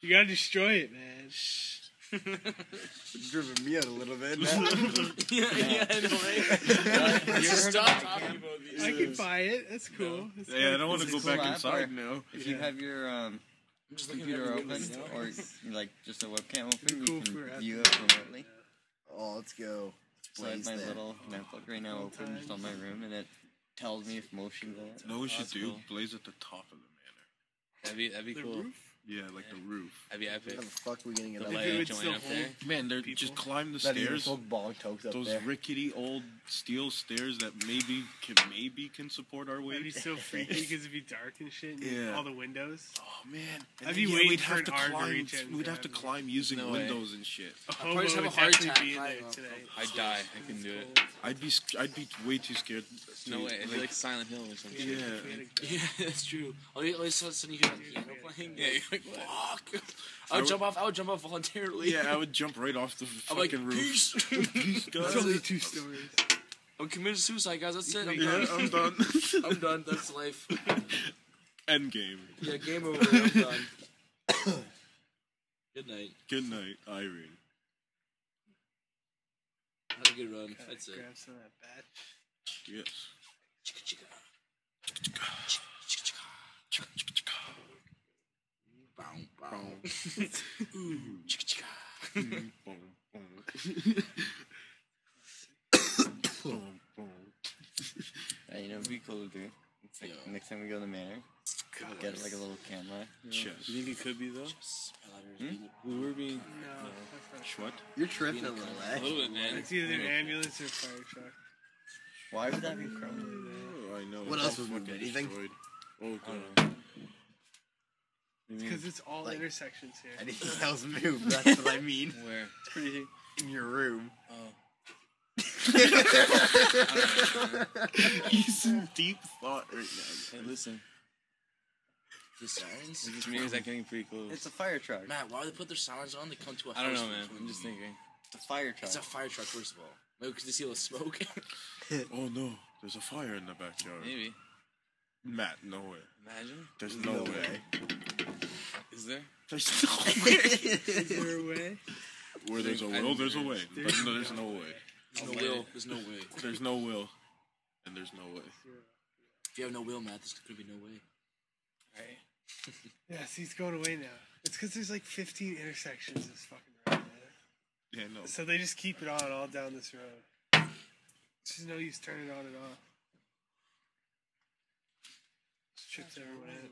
[SPEAKER 3] You gotta destroy it, man.
[SPEAKER 6] It's driven me out a little bit.
[SPEAKER 4] closed. yeah, yeah, I know, right? Just stop talking about these.
[SPEAKER 3] I could buy it. That's cool. That's
[SPEAKER 7] Yeah, I don't want to
[SPEAKER 8] Is it
[SPEAKER 7] go
[SPEAKER 8] cool
[SPEAKER 7] back
[SPEAKER 8] app,
[SPEAKER 7] inside
[SPEAKER 8] or-
[SPEAKER 7] now.
[SPEAKER 8] If you
[SPEAKER 3] Yeah.
[SPEAKER 8] have your um,
[SPEAKER 4] I'm just looking at
[SPEAKER 8] computer
[SPEAKER 4] every
[SPEAKER 8] open
[SPEAKER 4] window.
[SPEAKER 8] or like just a webcam open,
[SPEAKER 3] cool
[SPEAKER 8] you
[SPEAKER 3] if we were
[SPEAKER 8] can
[SPEAKER 3] at
[SPEAKER 8] view it remotely.
[SPEAKER 6] Oh, let's go.
[SPEAKER 8] So I have
[SPEAKER 6] Blaze
[SPEAKER 8] my
[SPEAKER 6] there.
[SPEAKER 8] little notebook right now open just on my room, and it tells me if motion's on.
[SPEAKER 7] No, we should do
[SPEAKER 5] Possible.
[SPEAKER 7] blaze at the top of the manor.
[SPEAKER 5] That'd be that'd be
[SPEAKER 3] The
[SPEAKER 5] cool.
[SPEAKER 3] roof?
[SPEAKER 7] Yeah, like the roof.
[SPEAKER 4] That'd be epic.
[SPEAKER 6] How the fuck are we gonna get
[SPEAKER 4] The
[SPEAKER 6] up
[SPEAKER 4] light
[SPEAKER 6] there?
[SPEAKER 4] of
[SPEAKER 3] it's the
[SPEAKER 4] Joanne up
[SPEAKER 3] whole-
[SPEAKER 4] there.
[SPEAKER 7] Man, they
[SPEAKER 3] People.
[SPEAKER 7] just climb the
[SPEAKER 6] That even
[SPEAKER 7] stairs.
[SPEAKER 6] so bong tokes up
[SPEAKER 7] Those
[SPEAKER 6] there.
[SPEAKER 7] rickety old steel stairs that maybe can maybe can support our
[SPEAKER 3] That'd be
[SPEAKER 7] weight.
[SPEAKER 3] so freaky because it'd be dark and shit. And
[SPEAKER 7] Yeah.
[SPEAKER 3] all the windows.
[SPEAKER 7] Oh man!
[SPEAKER 3] I'd
[SPEAKER 7] And then,
[SPEAKER 3] be
[SPEAKER 7] yeah,
[SPEAKER 3] waiting
[SPEAKER 7] we'd
[SPEAKER 3] for
[SPEAKER 7] have
[SPEAKER 3] an
[SPEAKER 7] to
[SPEAKER 3] arm
[SPEAKER 7] climb.
[SPEAKER 3] reach and
[SPEAKER 7] We'd have
[SPEAKER 3] grab
[SPEAKER 7] to
[SPEAKER 3] it.
[SPEAKER 7] climb using
[SPEAKER 4] No way.
[SPEAKER 7] windows and shit.
[SPEAKER 3] A hobo
[SPEAKER 9] I'd probably just have
[SPEAKER 3] would
[SPEAKER 9] a heart
[SPEAKER 3] definitely
[SPEAKER 9] attack
[SPEAKER 3] be in there
[SPEAKER 9] climbing up.
[SPEAKER 3] tonight.
[SPEAKER 4] I'd die. I couldn't do it.
[SPEAKER 7] I'd be sc- I'd be way too scared. to-
[SPEAKER 4] No way. It'd be like Silent Hill or something.
[SPEAKER 7] Yeah.
[SPEAKER 3] If we had a gun.
[SPEAKER 9] Yeah, that's true. All you, all of a sudden you hear like piano playing.
[SPEAKER 4] Yeah, you're like, what?
[SPEAKER 9] Fuck. I
[SPEAKER 7] I
[SPEAKER 9] would
[SPEAKER 7] would-
[SPEAKER 9] jump off. I would jump off voluntarily.
[SPEAKER 7] yeah, I would jump right off the
[SPEAKER 9] I'm
[SPEAKER 7] fucking
[SPEAKER 9] like,
[SPEAKER 7] roof.
[SPEAKER 9] peace.
[SPEAKER 7] Peace, guys.
[SPEAKER 9] It's only
[SPEAKER 7] two
[SPEAKER 3] Stories.
[SPEAKER 9] I'm committed suicide, guys. That's it. I'm
[SPEAKER 7] Yeah,
[SPEAKER 9] done.
[SPEAKER 7] I'm done.
[SPEAKER 9] I'm done. That's life.
[SPEAKER 7] End game.
[SPEAKER 9] Yeah, game over. I'm done. Good night.
[SPEAKER 7] Good night, Irene.
[SPEAKER 9] Have a good run. That's it.
[SPEAKER 3] Grab some of that bat.
[SPEAKER 7] Yes.
[SPEAKER 9] Chicka, chicka. Bow, bow. Ooh, chicka, chicka.
[SPEAKER 8] Yeah, you know, it'd be cool to do. It's like,
[SPEAKER 9] Yeah.
[SPEAKER 8] Next time we go to the manor, get like a little camera.
[SPEAKER 7] Chess.
[SPEAKER 4] You think it could be though? We were being
[SPEAKER 3] No, that's not.
[SPEAKER 7] What?
[SPEAKER 6] You're tripping a little,
[SPEAKER 4] a
[SPEAKER 6] eh?
[SPEAKER 4] little bit, man.
[SPEAKER 3] It's either an ambulance or a fire truck.
[SPEAKER 8] Why would that be crumbly?
[SPEAKER 7] Oh, I know.
[SPEAKER 6] What
[SPEAKER 7] It's
[SPEAKER 6] else
[SPEAKER 7] all
[SPEAKER 6] was
[SPEAKER 7] fucking
[SPEAKER 6] moving? Anything?
[SPEAKER 7] destroyed. Oh god.
[SPEAKER 3] It's because it's all intersections here.
[SPEAKER 6] Anything else move? That's what I mean.
[SPEAKER 4] Where?
[SPEAKER 6] It's pretty in your room.
[SPEAKER 7] He's in deep thought right now.
[SPEAKER 4] Hey, listen.
[SPEAKER 9] The signs?
[SPEAKER 4] This mirror's like getting pretty close.
[SPEAKER 8] It's a fire truck.
[SPEAKER 9] Matt, why would they put their signs on? They come to a house.
[SPEAKER 4] I don't know, man.
[SPEAKER 9] that's
[SPEAKER 4] I'm just thinking.
[SPEAKER 8] It's a fire truck.
[SPEAKER 9] It's a fire truck, first of all. Maybe because they see all the smoke.
[SPEAKER 7] Oh no, there's a fire in the backyard.
[SPEAKER 4] Maybe.
[SPEAKER 7] Matt, no way.
[SPEAKER 4] Imagine.
[SPEAKER 7] There's no,
[SPEAKER 6] No
[SPEAKER 7] way.
[SPEAKER 6] way.
[SPEAKER 4] Is there?
[SPEAKER 7] There's no way.
[SPEAKER 3] Is there a way?
[SPEAKER 7] Where there's a
[SPEAKER 4] I
[SPEAKER 7] will,
[SPEAKER 4] think
[SPEAKER 7] there's a
[SPEAKER 4] there
[SPEAKER 7] way. But no, there's no way.
[SPEAKER 9] There's no will. There's no way.
[SPEAKER 7] There's no will, and there's no way.
[SPEAKER 9] If you have no will, Matt, there's going to be no way.
[SPEAKER 3] Yes, he's going away now. It's because there's like 15 intersections this fucking road. Man.
[SPEAKER 7] Yeah, no.
[SPEAKER 3] So they just keep it on all down this road. It's just no use turning it on and off. Just trips everyone out.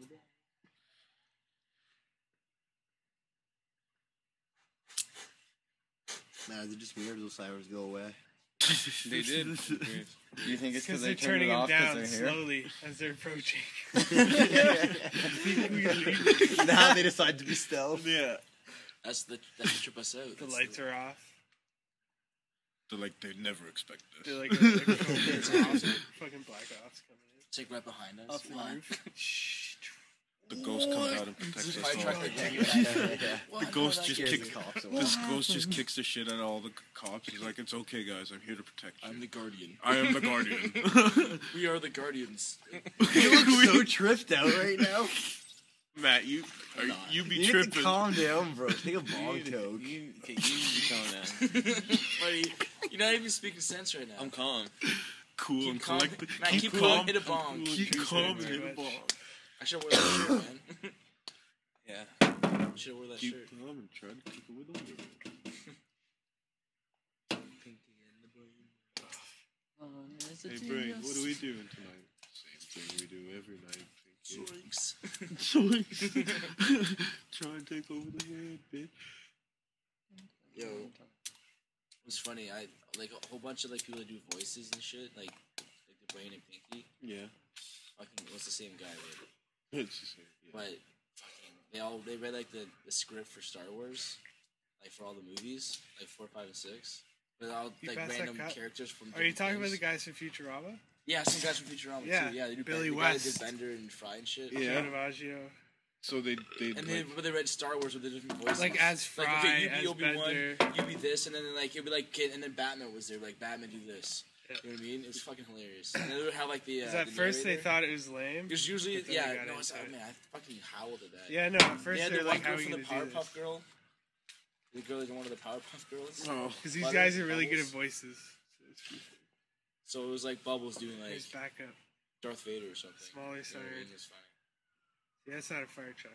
[SPEAKER 6] Man, they just mirrors those sirens go away.
[SPEAKER 4] They did.
[SPEAKER 8] Do you think
[SPEAKER 3] Because
[SPEAKER 8] it's because
[SPEAKER 3] they're
[SPEAKER 8] they turned
[SPEAKER 3] turning
[SPEAKER 8] it
[SPEAKER 3] them
[SPEAKER 8] off
[SPEAKER 3] down
[SPEAKER 8] because they're here?
[SPEAKER 3] slowly as they're approaching.
[SPEAKER 6] now they decide to be stealth.
[SPEAKER 7] Yeah.
[SPEAKER 9] That's the, that's the trip us out.
[SPEAKER 3] The
[SPEAKER 9] That's
[SPEAKER 3] lights are off.
[SPEAKER 7] They're like they never expect this.
[SPEAKER 3] They're like, they're like fucking black ops coming in.
[SPEAKER 9] It's like right behind us.
[SPEAKER 3] Off the
[SPEAKER 9] What?
[SPEAKER 3] roof.
[SPEAKER 7] the ghost comes out and protects us
[SPEAKER 9] Fire
[SPEAKER 7] all.
[SPEAKER 9] truck attack. What?
[SPEAKER 7] The ghost just
[SPEAKER 6] Scares the
[SPEAKER 7] kicks.
[SPEAKER 6] cops away.
[SPEAKER 7] This ghost just kicks the shit out of all the c- cops. He's like, "It's okay, guys. I'm here to protect you.
[SPEAKER 9] I'm the guardian.
[SPEAKER 7] I am the guardian."
[SPEAKER 9] We are the guardians.
[SPEAKER 6] You look so tripped out right now.
[SPEAKER 7] Matt, you are, you be
[SPEAKER 6] You need to
[SPEAKER 7] tripping.
[SPEAKER 6] calm down, bro. Take a bong toke.
[SPEAKER 4] You, okay, you be calm now.
[SPEAKER 9] Buddy, you're not even speaking sense right now.
[SPEAKER 4] I'm calm.
[SPEAKER 7] cool
[SPEAKER 9] keep
[SPEAKER 7] and
[SPEAKER 9] calm.
[SPEAKER 7] collect.
[SPEAKER 9] Matt, keep, calm. Hit a bomb.
[SPEAKER 7] Keep calm and hit a
[SPEAKER 3] much.
[SPEAKER 7] bomb.
[SPEAKER 9] I should have worn that shirt, man.
[SPEAKER 4] Yeah.
[SPEAKER 9] Should have worn that shirt.
[SPEAKER 7] Keep calm and try to keep it with order. Hey, Brain, what are we doing tonight? Same thing we do every night. Pinky.
[SPEAKER 9] Zoinks.
[SPEAKER 7] Zoinks. Try and take over the head, bitch.
[SPEAKER 9] Yo. It's funny, I like a whole bunch of like people that do voices and shit, like like the Brain and Pinky.
[SPEAKER 7] Yeah.
[SPEAKER 9] Fucking it was the same guy, dude.
[SPEAKER 7] It's the same. Yeah.
[SPEAKER 9] But fucking they all they read like the, the script for Star Wars. Like for all the movies, like four, five, and six. But all
[SPEAKER 3] You
[SPEAKER 9] like
[SPEAKER 3] passed that
[SPEAKER 9] random
[SPEAKER 3] cut?
[SPEAKER 9] characters from
[SPEAKER 3] Are you
[SPEAKER 9] different
[SPEAKER 3] talking about
[SPEAKER 9] things.
[SPEAKER 3] the guys from Futurama?
[SPEAKER 9] Yeah, some guys from Futurama
[SPEAKER 3] Yeah,
[SPEAKER 9] too. Yeah, they do
[SPEAKER 3] Billy
[SPEAKER 9] Billy West.
[SPEAKER 3] West.
[SPEAKER 9] did Bender and Fry and shit.
[SPEAKER 7] Yeah.
[SPEAKER 3] Joe DiMaggio.
[SPEAKER 7] So they they
[SPEAKER 9] And
[SPEAKER 7] like,
[SPEAKER 9] then when they read Star Wars with the different voices,
[SPEAKER 3] Like, as Fry, as Bender.
[SPEAKER 9] you be this, and then like you'll be like, kid, and then Batman was there, like Batman do this. You know what I mean? It's fucking hilarious. And then they would have like the. Uh,
[SPEAKER 3] 'Cause at
[SPEAKER 9] the
[SPEAKER 3] first they
[SPEAKER 9] narrator.
[SPEAKER 3] thought it was lame.
[SPEAKER 9] Because usually,
[SPEAKER 3] But then they
[SPEAKER 9] yeah,
[SPEAKER 3] got
[SPEAKER 9] no, it's,
[SPEAKER 3] into
[SPEAKER 9] oh,
[SPEAKER 3] it.
[SPEAKER 9] man, I fucking howled at that.
[SPEAKER 3] Yeah, no. At first
[SPEAKER 9] They had
[SPEAKER 3] they're
[SPEAKER 9] the one
[SPEAKER 3] like, "How
[SPEAKER 9] girl
[SPEAKER 3] are we
[SPEAKER 9] from the
[SPEAKER 3] gonna do this?"
[SPEAKER 9] Powerpuff Girl. The girl is one of the Powerpuff Girls.
[SPEAKER 7] oh,
[SPEAKER 3] Because these
[SPEAKER 9] Butters,
[SPEAKER 3] guys are really good at
[SPEAKER 9] Bubbles.
[SPEAKER 3] voices.
[SPEAKER 9] So it was like Bubbles doing like
[SPEAKER 3] There's backup.
[SPEAKER 9] Darth Vader or something.
[SPEAKER 3] Smaller
[SPEAKER 9] You know what I mean?
[SPEAKER 3] side.
[SPEAKER 9] It's funny.
[SPEAKER 3] Yeah, it's not a fire truck.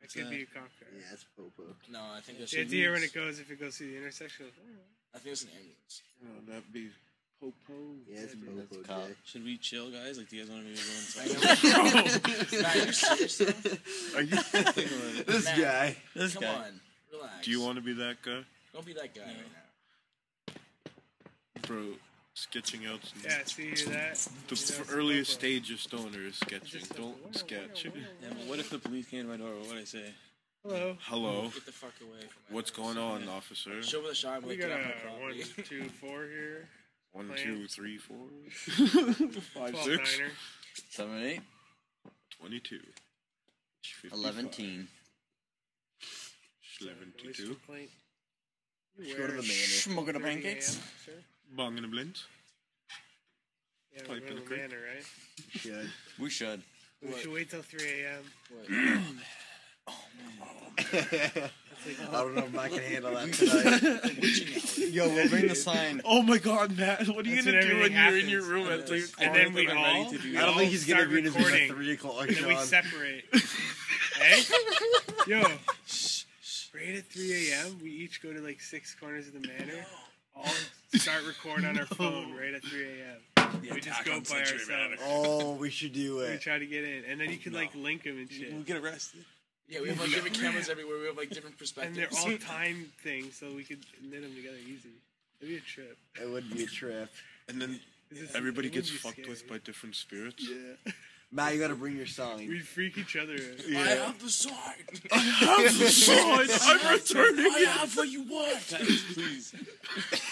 [SPEAKER 3] That could be a cop car.
[SPEAKER 6] Yeah, it's popo.
[SPEAKER 9] No, I think that's.
[SPEAKER 3] You have to hear when it goes if it goes through the intersection.
[SPEAKER 9] I think it's an ambulance.
[SPEAKER 7] you know, that'd be Popo.
[SPEAKER 6] Yeah, it's
[SPEAKER 7] Dead.
[SPEAKER 6] Popo
[SPEAKER 9] cop.
[SPEAKER 6] J.
[SPEAKER 5] Should we chill, guys? Like, do you guys want to maybe go inside?
[SPEAKER 9] Matt, you're serious?
[SPEAKER 7] Are you,
[SPEAKER 6] This
[SPEAKER 9] Matt,
[SPEAKER 6] guy.
[SPEAKER 8] This
[SPEAKER 9] Come
[SPEAKER 8] guy.
[SPEAKER 9] on, relax.
[SPEAKER 7] do you want to be that guy,
[SPEAKER 9] Don't be that guy right now.
[SPEAKER 7] bro? Sketching out some,
[SPEAKER 3] Yeah, see you that.
[SPEAKER 7] the f- earliest stage of stoner is sketching. Don't sketch.
[SPEAKER 5] yeah, but what if the police came to my door? What would I say?
[SPEAKER 3] Hello.
[SPEAKER 7] Hello,
[SPEAKER 9] Get the fuck away from my
[SPEAKER 7] what's
[SPEAKER 9] house.
[SPEAKER 7] going on, officer?
[SPEAKER 9] Show me the shot. I'm
[SPEAKER 3] We
[SPEAKER 9] like,
[SPEAKER 3] got
[SPEAKER 9] get out
[SPEAKER 3] a
[SPEAKER 9] of my property.
[SPEAKER 3] one, two, four here.
[SPEAKER 7] One,
[SPEAKER 3] plan.
[SPEAKER 7] two, three, four, five,
[SPEAKER 3] Twelve
[SPEAKER 7] six,
[SPEAKER 3] niner.
[SPEAKER 8] Seven, eight,
[SPEAKER 7] twenty-two,
[SPEAKER 8] eleven,
[SPEAKER 7] fifty-five,
[SPEAKER 8] teen.
[SPEAKER 3] Police
[SPEAKER 7] seventy-two.
[SPEAKER 3] complaint.
[SPEAKER 6] Just go to the manor.
[SPEAKER 8] Smoking a
[SPEAKER 3] 30 a.m.,
[SPEAKER 8] pancakes.
[SPEAKER 3] sir?
[SPEAKER 7] Bang in a blint.
[SPEAKER 3] Yeah,
[SPEAKER 7] Pipe
[SPEAKER 3] we're
[SPEAKER 7] in
[SPEAKER 3] going
[SPEAKER 7] the
[SPEAKER 3] to the
[SPEAKER 7] creek.
[SPEAKER 3] manor, right?
[SPEAKER 6] Yeah.
[SPEAKER 8] We should.
[SPEAKER 3] We should wait till 3 a.m.
[SPEAKER 9] What?
[SPEAKER 6] I don't know if I can handle that tonight.
[SPEAKER 8] Yo, we'll bring the sign.
[SPEAKER 7] Oh my God, Matt! What are you
[SPEAKER 3] That's
[SPEAKER 7] gonna
[SPEAKER 3] when
[SPEAKER 7] do when
[SPEAKER 3] everything
[SPEAKER 7] you're in your
[SPEAKER 3] happens.
[SPEAKER 7] room at three o'clock?
[SPEAKER 3] And then we
[SPEAKER 5] I'm
[SPEAKER 3] all,
[SPEAKER 5] ready to do
[SPEAKER 3] we
[SPEAKER 6] I don't
[SPEAKER 3] all
[SPEAKER 6] think he's gonna
[SPEAKER 3] start
[SPEAKER 6] read his at
[SPEAKER 3] recording.
[SPEAKER 6] three o'clock.
[SPEAKER 3] And then we
[SPEAKER 6] Sean.
[SPEAKER 3] separate. hey? Yo. Right at 3 a.m., we each go to like six corners of the manor. All start recording on our phone right at 3 a.m. we just go by ourselves.
[SPEAKER 6] Oh, we should do
[SPEAKER 3] We
[SPEAKER 6] it.
[SPEAKER 3] try to get in. And then you can like link them and shit.
[SPEAKER 5] We'll get arrested.
[SPEAKER 9] Yeah, we have like different cameras everywhere. We have like different
[SPEAKER 3] And they're
[SPEAKER 9] perspectives.
[SPEAKER 3] all time things, so we could knit them together easy. It'd be a trip.
[SPEAKER 6] It would be a trip.
[SPEAKER 7] And then
[SPEAKER 3] This is-
[SPEAKER 7] everybody
[SPEAKER 3] it would
[SPEAKER 7] gets
[SPEAKER 3] be
[SPEAKER 7] fucked
[SPEAKER 3] scary.
[SPEAKER 7] with by different spirits.
[SPEAKER 6] Matt, you gotta bring your sign.
[SPEAKER 3] We'd freak each other. out.
[SPEAKER 9] I have the sword.
[SPEAKER 7] I'm returning.
[SPEAKER 5] I have what you want. Guys, please,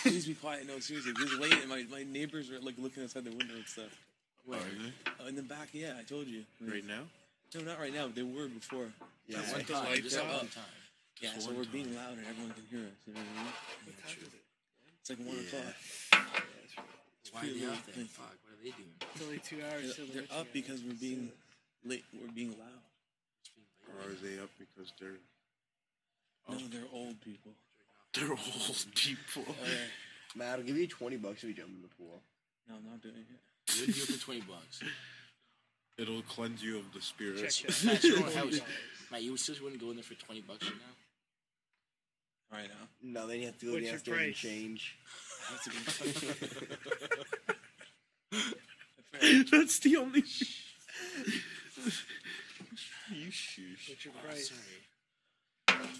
[SPEAKER 5] please be quiet. No, seriously, this is late, and my, my neighbors are like looking outside the window and stuff.
[SPEAKER 7] Are they?
[SPEAKER 5] Oh, in the back, yeah, I told you.
[SPEAKER 7] Right now?
[SPEAKER 5] No, not right now. They were before.
[SPEAKER 6] Yeah.
[SPEAKER 9] Time, just
[SPEAKER 7] Yeah.
[SPEAKER 9] one time.
[SPEAKER 5] Yeah, so we're being loud and everyone can hear us. You know what I mean? It's like one o'clock.
[SPEAKER 9] Why are they out there? Fuck, what are they doing?
[SPEAKER 3] It's only two hours
[SPEAKER 5] They're,
[SPEAKER 3] till the
[SPEAKER 5] they're
[SPEAKER 3] next
[SPEAKER 5] up
[SPEAKER 3] guy.
[SPEAKER 5] because we're being late. We're being loud.
[SPEAKER 7] Or are they up because they're
[SPEAKER 5] No, they're old people.
[SPEAKER 7] they're old people?
[SPEAKER 5] They're-
[SPEAKER 6] Matt, I'll give you twenty bucks if you jump in the pool.
[SPEAKER 5] no, I'm not doing it.
[SPEAKER 9] What do you do for 20 bucks?
[SPEAKER 7] It'll cleanse you of the spirits.
[SPEAKER 3] Check that.
[SPEAKER 9] Matt, your own house. Matt, you seriously wouldn't go in there for 20 bucks right now?
[SPEAKER 5] Right now.
[SPEAKER 6] No, then you have to go
[SPEAKER 3] What's your
[SPEAKER 6] downstairs and
[SPEAKER 3] price?
[SPEAKER 6] change.
[SPEAKER 5] That's a good
[SPEAKER 7] That's the only. you shush.
[SPEAKER 3] What's your price?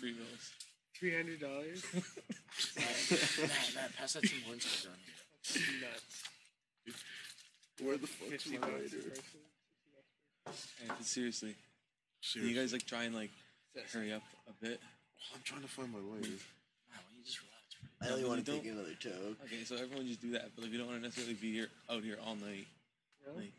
[SPEAKER 5] three bills.
[SPEAKER 3] Three hundred dollars.
[SPEAKER 9] Matt, Matt, pass that some orange juice around here.
[SPEAKER 3] Nuts.
[SPEAKER 7] Where the fuck's
[SPEAKER 3] Fifty
[SPEAKER 7] my
[SPEAKER 3] bucks.
[SPEAKER 7] lighter?
[SPEAKER 3] a person.
[SPEAKER 5] Hey, but seriously, can
[SPEAKER 7] Seriously,
[SPEAKER 5] you guys like try and like hurry up a bit?
[SPEAKER 7] I'm trying to find my lighter.
[SPEAKER 9] Matt, why don't you just relax, bro?
[SPEAKER 6] I only
[SPEAKER 5] but
[SPEAKER 6] want
[SPEAKER 5] you
[SPEAKER 6] to
[SPEAKER 5] don't-
[SPEAKER 6] take another toke.
[SPEAKER 5] Okay, so everyone just do that, but like we don't want to necessarily be here out here all night.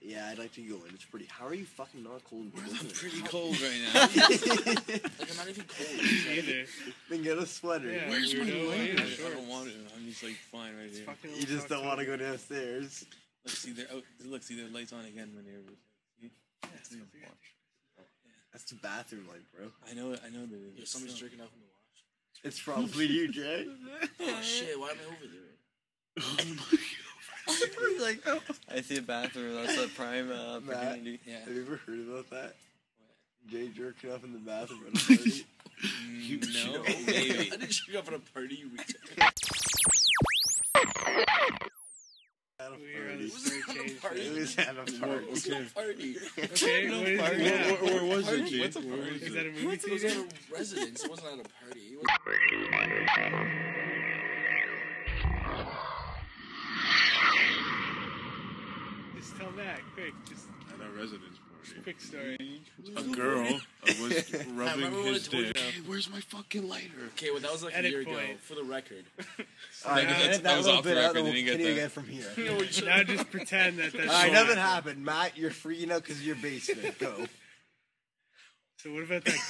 [SPEAKER 6] Yeah, I'd like to go in. It's pretty. How are you fucking not cold? blooded?
[SPEAKER 5] Pretty cold right now.
[SPEAKER 9] Like, I'm not even cold.
[SPEAKER 3] Either.
[SPEAKER 6] Then get a sweater.
[SPEAKER 3] Yeah,
[SPEAKER 5] Where's my
[SPEAKER 3] weirdo,
[SPEAKER 5] I,
[SPEAKER 3] yeah,
[SPEAKER 5] don't- I
[SPEAKER 3] shorts.
[SPEAKER 5] don't want to. I'm just like fine right here.
[SPEAKER 3] Fucking
[SPEAKER 6] You just don't
[SPEAKER 3] October.
[SPEAKER 6] want to go downstairs.
[SPEAKER 5] Look, see their oh, look, see their lights on again when they're. see?
[SPEAKER 6] That's the bathroom light, bro.
[SPEAKER 5] I know, I know there
[SPEAKER 9] Yeah,
[SPEAKER 5] is.
[SPEAKER 9] somebody's
[SPEAKER 5] So-
[SPEAKER 9] jerking off in the
[SPEAKER 6] It's probably you, Jay.
[SPEAKER 9] wash. Oh, shit, why am I over there?
[SPEAKER 8] like, I see a bathroom. That's a prime uh,
[SPEAKER 6] Matt.
[SPEAKER 8] opportunity.
[SPEAKER 5] Yeah.
[SPEAKER 6] Have you ever heard about that? Jay jerking off in the bathroom at a party.
[SPEAKER 5] No, maybe.
[SPEAKER 9] I didn't jerk off at a party, you retard.
[SPEAKER 6] at a
[SPEAKER 3] We were on
[SPEAKER 6] party.
[SPEAKER 3] the spray change.
[SPEAKER 6] It was at a party.
[SPEAKER 7] Okay.
[SPEAKER 3] Okay,
[SPEAKER 9] Party.
[SPEAKER 3] what is it
[SPEAKER 7] Where,
[SPEAKER 3] now?
[SPEAKER 7] where, where was it, Jay?
[SPEAKER 5] What's a
[SPEAKER 7] Where was
[SPEAKER 3] Is
[SPEAKER 7] it?
[SPEAKER 3] that a movie
[SPEAKER 9] It was at
[SPEAKER 3] theater?
[SPEAKER 9] a residence. It wasn't at a party. It was-
[SPEAKER 3] Just tell Matt, quick. Just
[SPEAKER 7] At a residence party.
[SPEAKER 3] quick story.
[SPEAKER 7] A girl was rubbing
[SPEAKER 9] remember when
[SPEAKER 7] his
[SPEAKER 9] I told you
[SPEAKER 7] dick. Hey, where's my fucking lighter?
[SPEAKER 9] Okay, well, that was like a
[SPEAKER 3] Edit
[SPEAKER 9] year ago,
[SPEAKER 3] point.
[SPEAKER 9] for the record.
[SPEAKER 6] Alright,
[SPEAKER 10] That-
[SPEAKER 6] edit
[SPEAKER 10] that was off the record, they didn't get
[SPEAKER 6] continue
[SPEAKER 10] that.
[SPEAKER 6] again from here.
[SPEAKER 3] Now just pretend that that's.
[SPEAKER 6] Alright,
[SPEAKER 3] all.
[SPEAKER 6] nothing happened. Matt, you're freaking out because of your basement. Go.
[SPEAKER 3] So what about that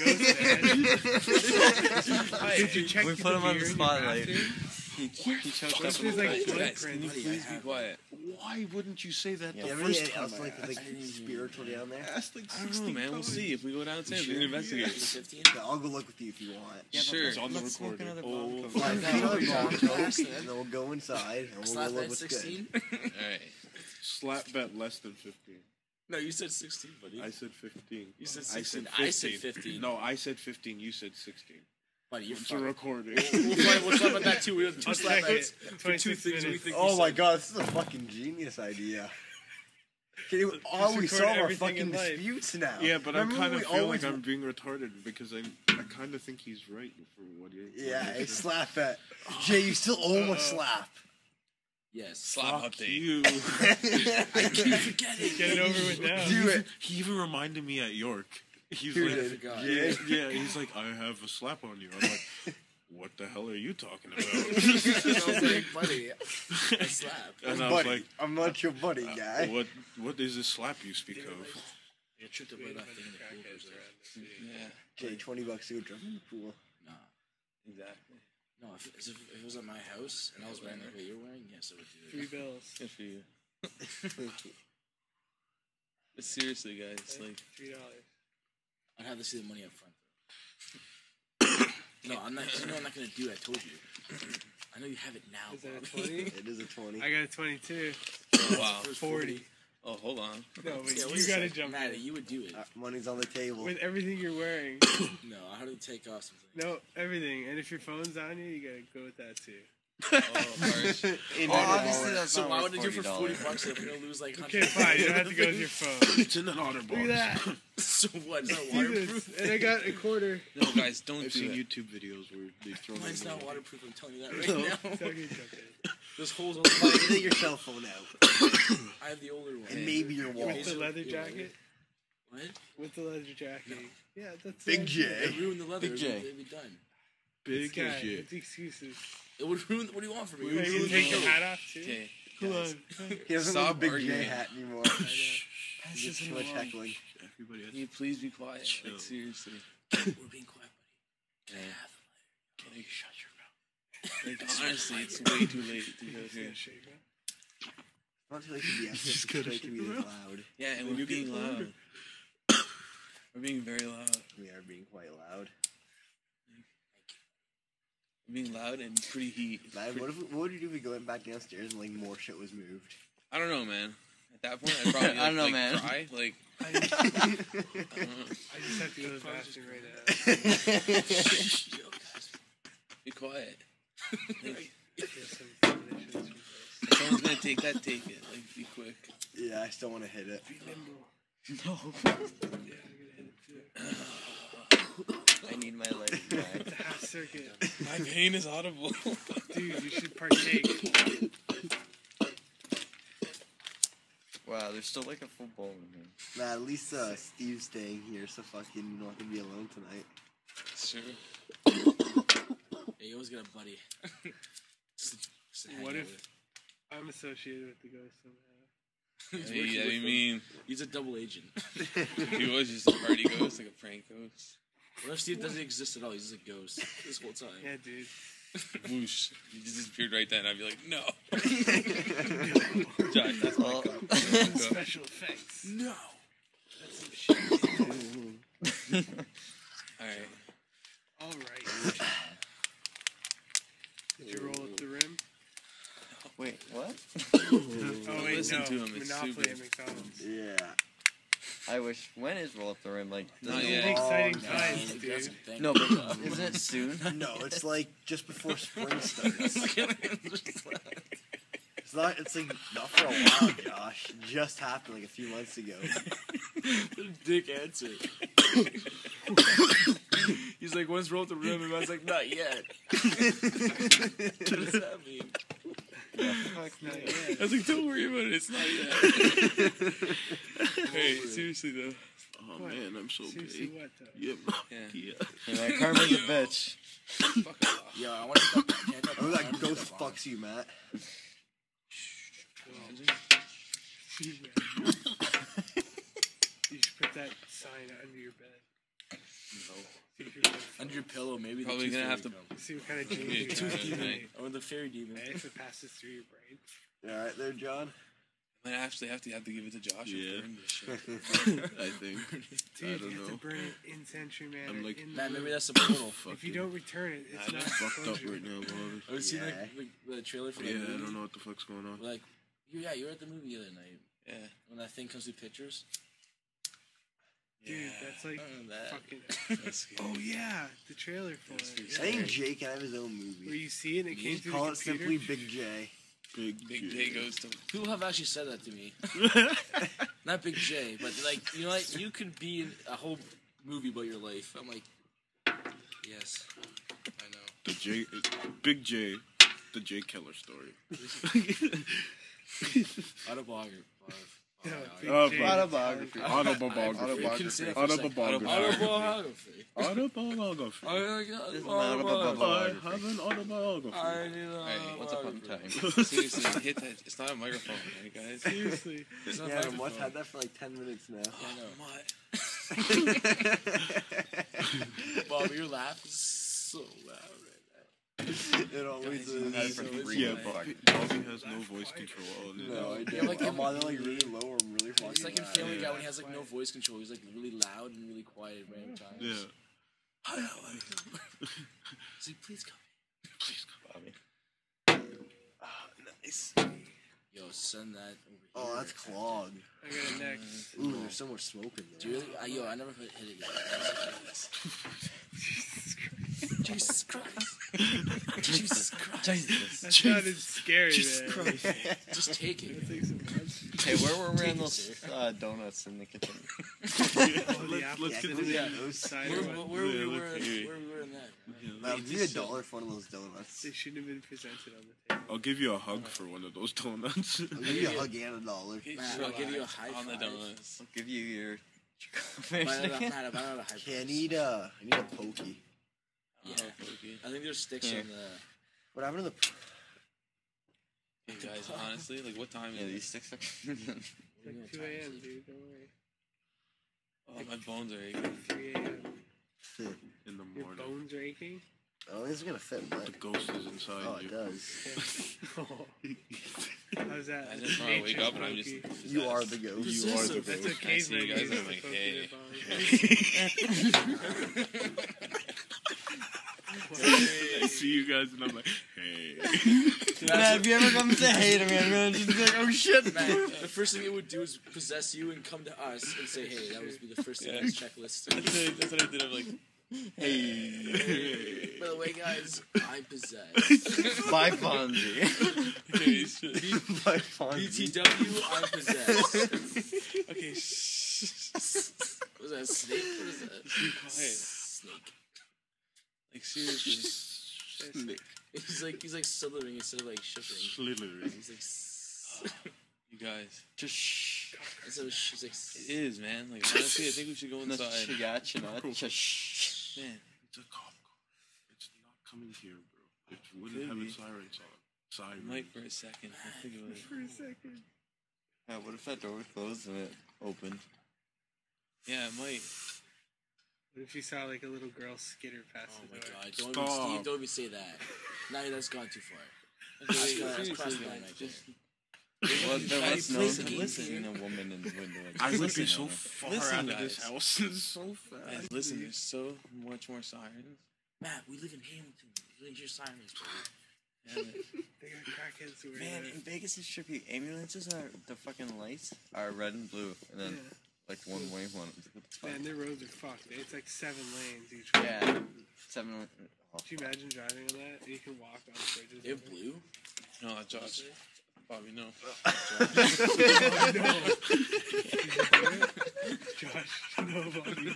[SPEAKER 3] ghost? man? Did you check
[SPEAKER 8] We put him on the spotlight.
[SPEAKER 5] He, he choked up.
[SPEAKER 3] This
[SPEAKER 5] a
[SPEAKER 3] is
[SPEAKER 5] little
[SPEAKER 3] like
[SPEAKER 5] bit.
[SPEAKER 3] blood
[SPEAKER 5] Guys, can you
[SPEAKER 3] prints.
[SPEAKER 5] please be quiet?
[SPEAKER 7] Why wouldn't you say that
[SPEAKER 6] Do you
[SPEAKER 7] the
[SPEAKER 6] have
[SPEAKER 7] first
[SPEAKER 6] anything
[SPEAKER 7] time?
[SPEAKER 6] else like, like spiritual down there?
[SPEAKER 7] Asked like
[SPEAKER 5] I don't know,
[SPEAKER 7] 16
[SPEAKER 5] man. We'll
[SPEAKER 7] times.
[SPEAKER 5] see if we go downstairs. We can investigate.
[SPEAKER 9] 15?
[SPEAKER 6] Yeah, I'll go look with you if you want.
[SPEAKER 5] Sure.
[SPEAKER 7] It's on the
[SPEAKER 8] Let's smoke
[SPEAKER 7] recording.
[SPEAKER 8] another
[SPEAKER 7] Oh,
[SPEAKER 8] bong.
[SPEAKER 6] Find out another bomb joke,
[SPEAKER 9] Last
[SPEAKER 6] uh, and then we'll go inside and we'll go look
[SPEAKER 9] night,
[SPEAKER 6] what's good.
[SPEAKER 9] 16?
[SPEAKER 5] All right.
[SPEAKER 7] slap bet less than 15.
[SPEAKER 9] No, you said 16, buddy.
[SPEAKER 7] I said 15.
[SPEAKER 9] You said
[SPEAKER 7] I said
[SPEAKER 9] 16. I said 15.
[SPEAKER 7] No, I said 15. You said 16.
[SPEAKER 9] Buddy, you're
[SPEAKER 7] It's a
[SPEAKER 9] fucking.
[SPEAKER 7] recording.
[SPEAKER 11] We'll fight, we'll talk about that too. We have two
[SPEAKER 3] I'll second
[SPEAKER 11] slackers
[SPEAKER 3] it.
[SPEAKER 11] for two
[SPEAKER 3] 26
[SPEAKER 11] things we
[SPEAKER 3] minutes.
[SPEAKER 11] think. we
[SPEAKER 6] Oh my
[SPEAKER 11] suck.
[SPEAKER 6] god, this is a fucking genius idea. Can you always
[SPEAKER 3] record
[SPEAKER 6] solve our
[SPEAKER 3] everything
[SPEAKER 6] fucking
[SPEAKER 3] in life.
[SPEAKER 6] disputes now?
[SPEAKER 7] Yeah, but I
[SPEAKER 6] Remember when
[SPEAKER 7] kind of
[SPEAKER 6] we
[SPEAKER 7] feel
[SPEAKER 6] always-
[SPEAKER 7] like I'm being retarded because I, I kind of think he's right for what he.
[SPEAKER 6] Yeah,
[SPEAKER 7] what he
[SPEAKER 6] hey,
[SPEAKER 7] said.
[SPEAKER 6] slap that. Jay, you still owe him a slap.
[SPEAKER 9] Yes.
[SPEAKER 4] Slap update.
[SPEAKER 7] you.
[SPEAKER 3] Get it over with now.
[SPEAKER 6] Do it.
[SPEAKER 7] he even reminded me at York. He's
[SPEAKER 6] Who
[SPEAKER 7] like,
[SPEAKER 6] did?
[SPEAKER 9] forgot.
[SPEAKER 7] Yeah,
[SPEAKER 6] Jay.
[SPEAKER 7] yeah, he's like, I have a slap on you. I'm like, what the hell are you talking about?
[SPEAKER 9] And I was like, buddy, I slap.
[SPEAKER 7] and I was
[SPEAKER 6] Buddy,
[SPEAKER 7] like,
[SPEAKER 6] I'm not your buddy, guy.
[SPEAKER 7] what what is this slap you speak of?
[SPEAKER 9] I got tripped up by that thing in the pool. I was like,
[SPEAKER 6] Jay, 20 bucks to go jump in the pool.
[SPEAKER 9] Nah.
[SPEAKER 4] Exactly.
[SPEAKER 9] No, if, as if, if it was at my house and I was wearing like what you're wearing, yes, I would do
[SPEAKER 3] Three
[SPEAKER 9] it.
[SPEAKER 3] bills.
[SPEAKER 4] Good for you. But seriously, guys, like,
[SPEAKER 3] Three dollars.
[SPEAKER 9] I'd have to see the money up front. no, I'm not. You know, I'm not gonna do. it. I told you. I know you have it now.
[SPEAKER 3] Is that a
[SPEAKER 9] Bobby.
[SPEAKER 3] twenty?
[SPEAKER 6] It is a 20.
[SPEAKER 3] I got a twenty-two.
[SPEAKER 4] wow.
[SPEAKER 3] Forty.
[SPEAKER 4] Oh, hold on.
[SPEAKER 3] No, but you
[SPEAKER 9] Yeah, wait a
[SPEAKER 3] gotta
[SPEAKER 9] second.
[SPEAKER 3] jump
[SPEAKER 9] Matt,
[SPEAKER 3] in.
[SPEAKER 9] you would do it.
[SPEAKER 6] Uh, money's on the table.
[SPEAKER 3] with everything you're wearing.
[SPEAKER 9] No, I had to take off something.
[SPEAKER 3] No, everything. And if your phone's on you, you gotta go with that too.
[SPEAKER 6] In
[SPEAKER 8] Oh,
[SPEAKER 6] our
[SPEAKER 8] obviously
[SPEAKER 6] wallet.
[SPEAKER 8] that's
[SPEAKER 9] So
[SPEAKER 8] not
[SPEAKER 9] why
[SPEAKER 8] worth
[SPEAKER 9] would I do it for forty
[SPEAKER 8] $40.
[SPEAKER 9] bucks if I'm gonna lose like
[SPEAKER 3] Okay,
[SPEAKER 9] hundred?
[SPEAKER 3] fine. You don't have to go with your phone.
[SPEAKER 7] It's in an otter box.
[SPEAKER 3] Look at that.
[SPEAKER 9] so what? It's not
[SPEAKER 3] Do this.
[SPEAKER 9] waterproof.
[SPEAKER 3] And I got a quarter.
[SPEAKER 4] No, guys, don't
[SPEAKER 7] I've
[SPEAKER 4] do
[SPEAKER 7] seen
[SPEAKER 4] that.
[SPEAKER 7] YouTube videos where they throw.
[SPEAKER 9] Mine's
[SPEAKER 7] them
[SPEAKER 9] not
[SPEAKER 7] away.
[SPEAKER 9] waterproof. I'm telling you that right now.
[SPEAKER 3] So I can jump in.
[SPEAKER 9] There's holes on
[SPEAKER 6] Buddy,
[SPEAKER 9] the
[SPEAKER 6] Get your cell phone out.
[SPEAKER 9] I have the older one.
[SPEAKER 6] And maybe your
[SPEAKER 3] With
[SPEAKER 6] wallet.
[SPEAKER 3] the leather
[SPEAKER 9] Yeah.
[SPEAKER 3] jacket.
[SPEAKER 9] What?
[SPEAKER 3] With the leather jacket. Yeah, that's
[SPEAKER 6] Big
[SPEAKER 3] the
[SPEAKER 6] J.
[SPEAKER 3] idea.
[SPEAKER 9] It ruined the leather.
[SPEAKER 8] Big J.
[SPEAKER 9] It'd be done.
[SPEAKER 3] This
[SPEAKER 7] Big
[SPEAKER 3] guy,
[SPEAKER 7] as shit.
[SPEAKER 3] It's excuses.
[SPEAKER 9] It would ruin. What do you want from me?
[SPEAKER 3] Hey, you take your hat off too.
[SPEAKER 4] Okay.
[SPEAKER 3] Come on.
[SPEAKER 6] He doesn't
[SPEAKER 4] Stop
[SPEAKER 6] have a Big J
[SPEAKER 4] arguing.
[SPEAKER 6] hat anymore. He gets too much heckling.
[SPEAKER 7] Everybody has
[SPEAKER 4] Can you please be quiet? Like, seriously.
[SPEAKER 9] We're being quiet,
[SPEAKER 4] Yeah. Like, shut your mouth. Like, honestly, it's way too late to go here.
[SPEAKER 6] Not too late to be active. It's too late to be loud.
[SPEAKER 4] Yeah, and we're being loud. We're being very loud.
[SPEAKER 6] We are being quite loud.
[SPEAKER 4] We're being loud and pretty heat.
[SPEAKER 6] Man, what, if, what would you do if we went back downstairs and like more shit was moved?
[SPEAKER 4] I don't know, man. At that point, I'd probably like,
[SPEAKER 8] I don't know,
[SPEAKER 4] like,
[SPEAKER 8] man.
[SPEAKER 4] cry. Like,
[SPEAKER 3] I just have to go to the bathroom right now.
[SPEAKER 4] be quiet. Like,
[SPEAKER 3] There's some combinations from this.
[SPEAKER 4] if someone's gonna take that, take it. Like, be quick.
[SPEAKER 6] Yeah, I still want to hit it.
[SPEAKER 8] No. I need my lighting back.
[SPEAKER 3] Half circuit.
[SPEAKER 4] My pain is audible.
[SPEAKER 3] Dude, you should partake.
[SPEAKER 8] Wow, there's still like a full bowl in here.
[SPEAKER 6] Nah, at least uh, Steve's staying here, so fucking you don't have to be alone tonight.
[SPEAKER 4] sure.
[SPEAKER 9] buddy. Yeah, you always got a buddy. Just- just hang
[SPEAKER 3] What
[SPEAKER 9] out
[SPEAKER 3] if-
[SPEAKER 9] with.
[SPEAKER 3] I'm associated with the ghost somehow.
[SPEAKER 9] He's
[SPEAKER 4] Hey,
[SPEAKER 9] working
[SPEAKER 4] yeah,
[SPEAKER 9] with
[SPEAKER 4] I
[SPEAKER 9] them.
[SPEAKER 4] mean,
[SPEAKER 9] he's a double agent?
[SPEAKER 4] he was just a party ghost, like a prank ghost.
[SPEAKER 9] What if Steve doesn't exist at all? He's just a ghost this whole time.
[SPEAKER 3] Yeah, dude.
[SPEAKER 4] Whoosh. He just disappeared right then. I'd be like, no. Josh, that's my
[SPEAKER 8] Well,
[SPEAKER 3] Special effects.
[SPEAKER 9] No.
[SPEAKER 4] All right.
[SPEAKER 3] All right. Did you roll up the rim?
[SPEAKER 8] wait,
[SPEAKER 3] Oh
[SPEAKER 8] what?
[SPEAKER 3] wait,
[SPEAKER 4] Listen
[SPEAKER 3] no.
[SPEAKER 4] to him, it's
[SPEAKER 3] Monopoly
[SPEAKER 4] super-
[SPEAKER 3] at McDonald's.
[SPEAKER 6] Yeah.
[SPEAKER 8] I wish. When is roll up the rim? Like,
[SPEAKER 4] Not
[SPEAKER 8] doesn't it
[SPEAKER 4] yet.
[SPEAKER 8] roll-
[SPEAKER 3] Exciting
[SPEAKER 9] No,
[SPEAKER 3] times,
[SPEAKER 9] like, that's
[SPEAKER 3] dude.
[SPEAKER 9] a thing.
[SPEAKER 8] No, but isn't it soon?
[SPEAKER 6] No, it's like just before spring starts. It's not. It's like not for a while, Josh. It just happened like a few months ago.
[SPEAKER 9] Dick answer. He's like, when's roll the room? And I was like, not yet. what does that mean?
[SPEAKER 3] Not yet.
[SPEAKER 4] I was like, don't worry about it. It's not yet. hey, seriously, though.
[SPEAKER 7] Oh man, I'm so
[SPEAKER 3] Seriously,
[SPEAKER 7] big.
[SPEAKER 3] what though?
[SPEAKER 7] Yep.
[SPEAKER 4] Yeah.
[SPEAKER 7] Yeah.
[SPEAKER 8] Yeah, Karma's a bitch.
[SPEAKER 9] Yo, I want to. Can't that,
[SPEAKER 6] Oh, that ghost fucks you, Matt.
[SPEAKER 3] You should put that sign under your bed. See, if your bed-
[SPEAKER 9] under your pillow. Maybe
[SPEAKER 4] Probably
[SPEAKER 9] the tooth
[SPEAKER 4] gonna have
[SPEAKER 9] fairy
[SPEAKER 4] to-
[SPEAKER 9] come.
[SPEAKER 3] see what kind of
[SPEAKER 4] Yeah,
[SPEAKER 3] change you
[SPEAKER 4] tooth
[SPEAKER 3] have.
[SPEAKER 4] decay.
[SPEAKER 9] Or the fairy demon.
[SPEAKER 3] Right, If it passes through your brain.
[SPEAKER 6] All right, there, John.
[SPEAKER 4] I actually have to have to give it to Josh.
[SPEAKER 7] Yeah.
[SPEAKER 4] Yeah. This shit.
[SPEAKER 7] I think. I
[SPEAKER 3] Dude,
[SPEAKER 7] don't
[SPEAKER 3] you have
[SPEAKER 7] know.
[SPEAKER 3] to burn it in century manner.
[SPEAKER 7] I'm like-
[SPEAKER 3] in the
[SPEAKER 9] Matt, maybe
[SPEAKER 3] room.
[SPEAKER 9] that's the portal.
[SPEAKER 7] Fuck
[SPEAKER 3] If you don't return it, it's
[SPEAKER 7] I'm
[SPEAKER 3] not
[SPEAKER 7] fucked up
[SPEAKER 3] closure.
[SPEAKER 7] right now, Bobby.
[SPEAKER 9] Have you seen
[SPEAKER 6] Yeah.
[SPEAKER 9] like, the, the trailer for that
[SPEAKER 7] Yeah,
[SPEAKER 9] movie?
[SPEAKER 7] I don't know what the fuck's going on.
[SPEAKER 9] Like, you, yeah, you were at the movie the other night
[SPEAKER 4] Yeah.
[SPEAKER 9] when that thing comes through pictures.
[SPEAKER 3] Dude, that's like
[SPEAKER 9] that.
[SPEAKER 3] fucking.
[SPEAKER 9] That's scary.
[SPEAKER 3] oh yeah, the trailer for it.
[SPEAKER 6] I think Jay can have his own movie.
[SPEAKER 3] Where you see it, and it came
[SPEAKER 6] Just
[SPEAKER 3] through
[SPEAKER 6] call
[SPEAKER 3] the
[SPEAKER 6] it
[SPEAKER 3] computer.
[SPEAKER 6] simply Big J.
[SPEAKER 7] Big,
[SPEAKER 4] Big J goes to.
[SPEAKER 9] People have actually said that to me. Not Big J, but like you know, like you could be in a whole movie about your life. I'm like, yes, I know.
[SPEAKER 7] The J, Big J, the J Keller story.
[SPEAKER 9] Autobiography.
[SPEAKER 3] Big J.
[SPEAKER 8] Oh,
[SPEAKER 7] Autobiography.
[SPEAKER 9] Autobiography.
[SPEAKER 7] Autobiography. Autobiography.
[SPEAKER 9] Autobiography.
[SPEAKER 7] Autobiography.
[SPEAKER 9] I like
[SPEAKER 7] I
[SPEAKER 9] autobiography.
[SPEAKER 7] have an autobiography.
[SPEAKER 9] I need an
[SPEAKER 4] What's up,
[SPEAKER 9] autobiography.
[SPEAKER 4] time? Seriously, hit that. It's not a microphone, right, guys.
[SPEAKER 3] Seriously.
[SPEAKER 4] It's not
[SPEAKER 6] Yeah,
[SPEAKER 4] a
[SPEAKER 6] and what's
[SPEAKER 4] microphone.
[SPEAKER 6] had that for like 10 minutes now.
[SPEAKER 9] I know.
[SPEAKER 6] it
[SPEAKER 9] Bob, your laugh is so loud right
[SPEAKER 6] always
[SPEAKER 9] now.
[SPEAKER 6] is.
[SPEAKER 9] So it's-
[SPEAKER 7] Yeah, Bobby, Bobby has no voice control. Oh,
[SPEAKER 6] No, I
[SPEAKER 9] Yeah,
[SPEAKER 6] do.
[SPEAKER 9] like
[SPEAKER 6] I'm
[SPEAKER 9] in-
[SPEAKER 6] either like really low or I'm really fucking
[SPEAKER 9] It's like in
[SPEAKER 6] loud.
[SPEAKER 9] Family
[SPEAKER 7] Yeah.
[SPEAKER 9] Guy when he has like no voice control. He's like really loud and really quiet at random times.
[SPEAKER 7] Yeah.
[SPEAKER 9] I don't like him. He's like, please come.
[SPEAKER 6] Nice.
[SPEAKER 9] Yo, send that. Over
[SPEAKER 6] Oh,
[SPEAKER 9] here.
[SPEAKER 6] that's clogged.
[SPEAKER 3] I got it next.
[SPEAKER 6] Ooh, there's so much smoke in
[SPEAKER 9] Do
[SPEAKER 6] there.
[SPEAKER 9] you really? I, yo, I never hit, hit it yet. Jesus Christ. Jesus Christ.
[SPEAKER 3] That sounded scary. man.
[SPEAKER 9] Just take it.
[SPEAKER 3] Take some blood.
[SPEAKER 8] Hey, where were we on those uh, donuts in the kitchen?
[SPEAKER 3] Oh, the apple
[SPEAKER 7] let's get
[SPEAKER 3] cinnamon
[SPEAKER 6] Yeah,
[SPEAKER 3] apple
[SPEAKER 6] those-
[SPEAKER 3] cider one.
[SPEAKER 9] Where, where, we
[SPEAKER 7] Yeah,
[SPEAKER 9] were,
[SPEAKER 7] let's see.
[SPEAKER 9] where we were in that.
[SPEAKER 6] Now,
[SPEAKER 9] right?
[SPEAKER 6] give me a dollar for one of those donuts.
[SPEAKER 3] They shouldn't have been presented on the table.
[SPEAKER 7] I'll give you a hug for one of those donuts.
[SPEAKER 6] I'll give you a hug and a dollar.
[SPEAKER 9] Matt, I'll give you a high
[SPEAKER 4] on the
[SPEAKER 9] five.
[SPEAKER 4] donuts.
[SPEAKER 8] I'll give you your uh,
[SPEAKER 9] Might not-
[SPEAKER 8] confirmation again.
[SPEAKER 9] might not- might not have high
[SPEAKER 6] Okay, I
[SPEAKER 9] five.
[SPEAKER 6] need a, I need a pokey.
[SPEAKER 9] Yeah.
[SPEAKER 7] Oh,
[SPEAKER 9] I think there's sticks
[SPEAKER 8] Yeah.
[SPEAKER 9] on the.
[SPEAKER 6] What happened to the?
[SPEAKER 4] Hey guys, honestly, like what time
[SPEAKER 8] Yeah,
[SPEAKER 4] is
[SPEAKER 8] these
[SPEAKER 4] it?
[SPEAKER 8] sticks are.
[SPEAKER 9] we know
[SPEAKER 3] Like 2
[SPEAKER 9] what time it
[SPEAKER 3] a.m.,
[SPEAKER 9] is.
[SPEAKER 3] dude. Don't worry.
[SPEAKER 4] Oh, my bones are aching.
[SPEAKER 3] 3 a.m.
[SPEAKER 7] In the
[SPEAKER 3] Your
[SPEAKER 7] morning.
[SPEAKER 3] bones are aching?
[SPEAKER 6] I don't think it's Oh, gonna fit. But...
[SPEAKER 7] The ghost is inside
[SPEAKER 6] Oh, it
[SPEAKER 7] you.
[SPEAKER 6] does.
[SPEAKER 3] How's that?
[SPEAKER 4] I
[SPEAKER 3] That's
[SPEAKER 4] just want to wake
[SPEAKER 3] nature
[SPEAKER 4] up and I'm just.
[SPEAKER 3] pokey.
[SPEAKER 6] You are the ghost.
[SPEAKER 7] You are the
[SPEAKER 3] That's a
[SPEAKER 7] ghost.
[SPEAKER 4] see you
[SPEAKER 3] caveman.
[SPEAKER 4] guys,
[SPEAKER 3] used to
[SPEAKER 4] I'm like,
[SPEAKER 3] poke their
[SPEAKER 4] hey.
[SPEAKER 3] bones.
[SPEAKER 7] I see you guys and I'm like, hey.
[SPEAKER 8] Man, if you ever come to hate me, I'm gonna just be like, oh shit, man.
[SPEAKER 9] Matt, the first thing it would do is possess you and come to us and say, hey, that would be the first thing on his checklist.
[SPEAKER 4] That's what I- that's what I did. I'm like,
[SPEAKER 9] By the way, guys, I'm possessed.
[SPEAKER 8] By Fonzie.
[SPEAKER 4] okay, shit.
[SPEAKER 8] By Fonzie.
[SPEAKER 9] BTW, I'm possessed.
[SPEAKER 4] okay, shh.
[SPEAKER 9] Was that a snake? What is that?
[SPEAKER 4] Be quiet.
[SPEAKER 9] Snake.
[SPEAKER 4] Like seriously.
[SPEAKER 9] He's like he's like slithering instead of like shivering.
[SPEAKER 7] Slithery.
[SPEAKER 9] He's like s-
[SPEAKER 4] You guys,
[SPEAKER 8] Just shh.
[SPEAKER 9] instead of sh- he's like s-
[SPEAKER 4] it is man. Like honestly, I think we should go
[SPEAKER 8] Not
[SPEAKER 4] inside.
[SPEAKER 8] shigach, not just shh.
[SPEAKER 4] Man,
[SPEAKER 7] It's a cop car. It's not coming here, bro. It wouldn't have its sirens on. Siren.
[SPEAKER 4] Mike, for a second, I think about it.
[SPEAKER 3] For a second.
[SPEAKER 8] Yeah, what if that door was closed and it opened?
[SPEAKER 4] Yeah, it might.
[SPEAKER 3] What if you saw like a little girl skitter past
[SPEAKER 9] Oh
[SPEAKER 3] the
[SPEAKER 9] my
[SPEAKER 3] door?
[SPEAKER 9] god! Don't even,
[SPEAKER 7] Stop.
[SPEAKER 9] Steve, don't even say that. Now that's gone too far. That's,
[SPEAKER 4] Wait,
[SPEAKER 9] gone, that's
[SPEAKER 4] seriously,
[SPEAKER 9] crossed the
[SPEAKER 4] guys,
[SPEAKER 9] line right
[SPEAKER 4] just-
[SPEAKER 9] there.
[SPEAKER 8] Well, there
[SPEAKER 4] Guys,
[SPEAKER 8] was no
[SPEAKER 4] listen,
[SPEAKER 8] one
[SPEAKER 4] listen.
[SPEAKER 8] seeing a woman in the window. Like,
[SPEAKER 7] I would
[SPEAKER 8] listen,
[SPEAKER 7] be so
[SPEAKER 8] Anna.
[SPEAKER 7] far
[SPEAKER 4] Listen,
[SPEAKER 7] out of this
[SPEAKER 4] guys.
[SPEAKER 7] house. so
[SPEAKER 4] Guys,
[SPEAKER 7] fast.
[SPEAKER 4] listen, there's so much more sirens.
[SPEAKER 9] Matt, we live in Hamilton. You can hear sirens, bro.
[SPEAKER 4] Yeah, but-
[SPEAKER 3] They got crackheads where
[SPEAKER 8] Man, in Vegas, it should be ambulances are the fucking lights are red and blue, and then
[SPEAKER 3] Yeah.
[SPEAKER 8] like one way, one. What the fuck?
[SPEAKER 3] Man, their roads are fucked. It's like seven lanes each way.
[SPEAKER 8] Yeah, seven. oh,
[SPEAKER 3] Could you imagine driving on that? You can walk on bridges.
[SPEAKER 9] They're blue.
[SPEAKER 4] No, Josh. Bobby, no.
[SPEAKER 3] Josh, no, Bobby,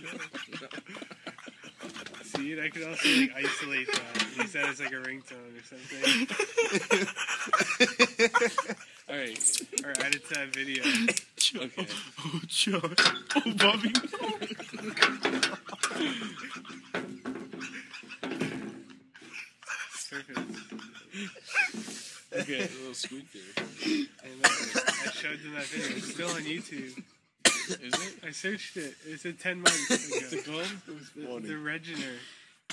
[SPEAKER 3] no. See it? I could also like isolate that. He said it's like a ringtone or something,
[SPEAKER 4] All right.
[SPEAKER 3] or add it to that video.
[SPEAKER 4] Okay.
[SPEAKER 7] Oh, Josh. Oh, Bobby.
[SPEAKER 3] It's perfect. And
[SPEAKER 4] Okay.
[SPEAKER 9] A little squeak there.
[SPEAKER 3] like, I showed them that video. It's still on YouTube.
[SPEAKER 4] Is it?
[SPEAKER 3] I searched it. It said ten months ago.
[SPEAKER 4] The gold?
[SPEAKER 3] The, the Reginer.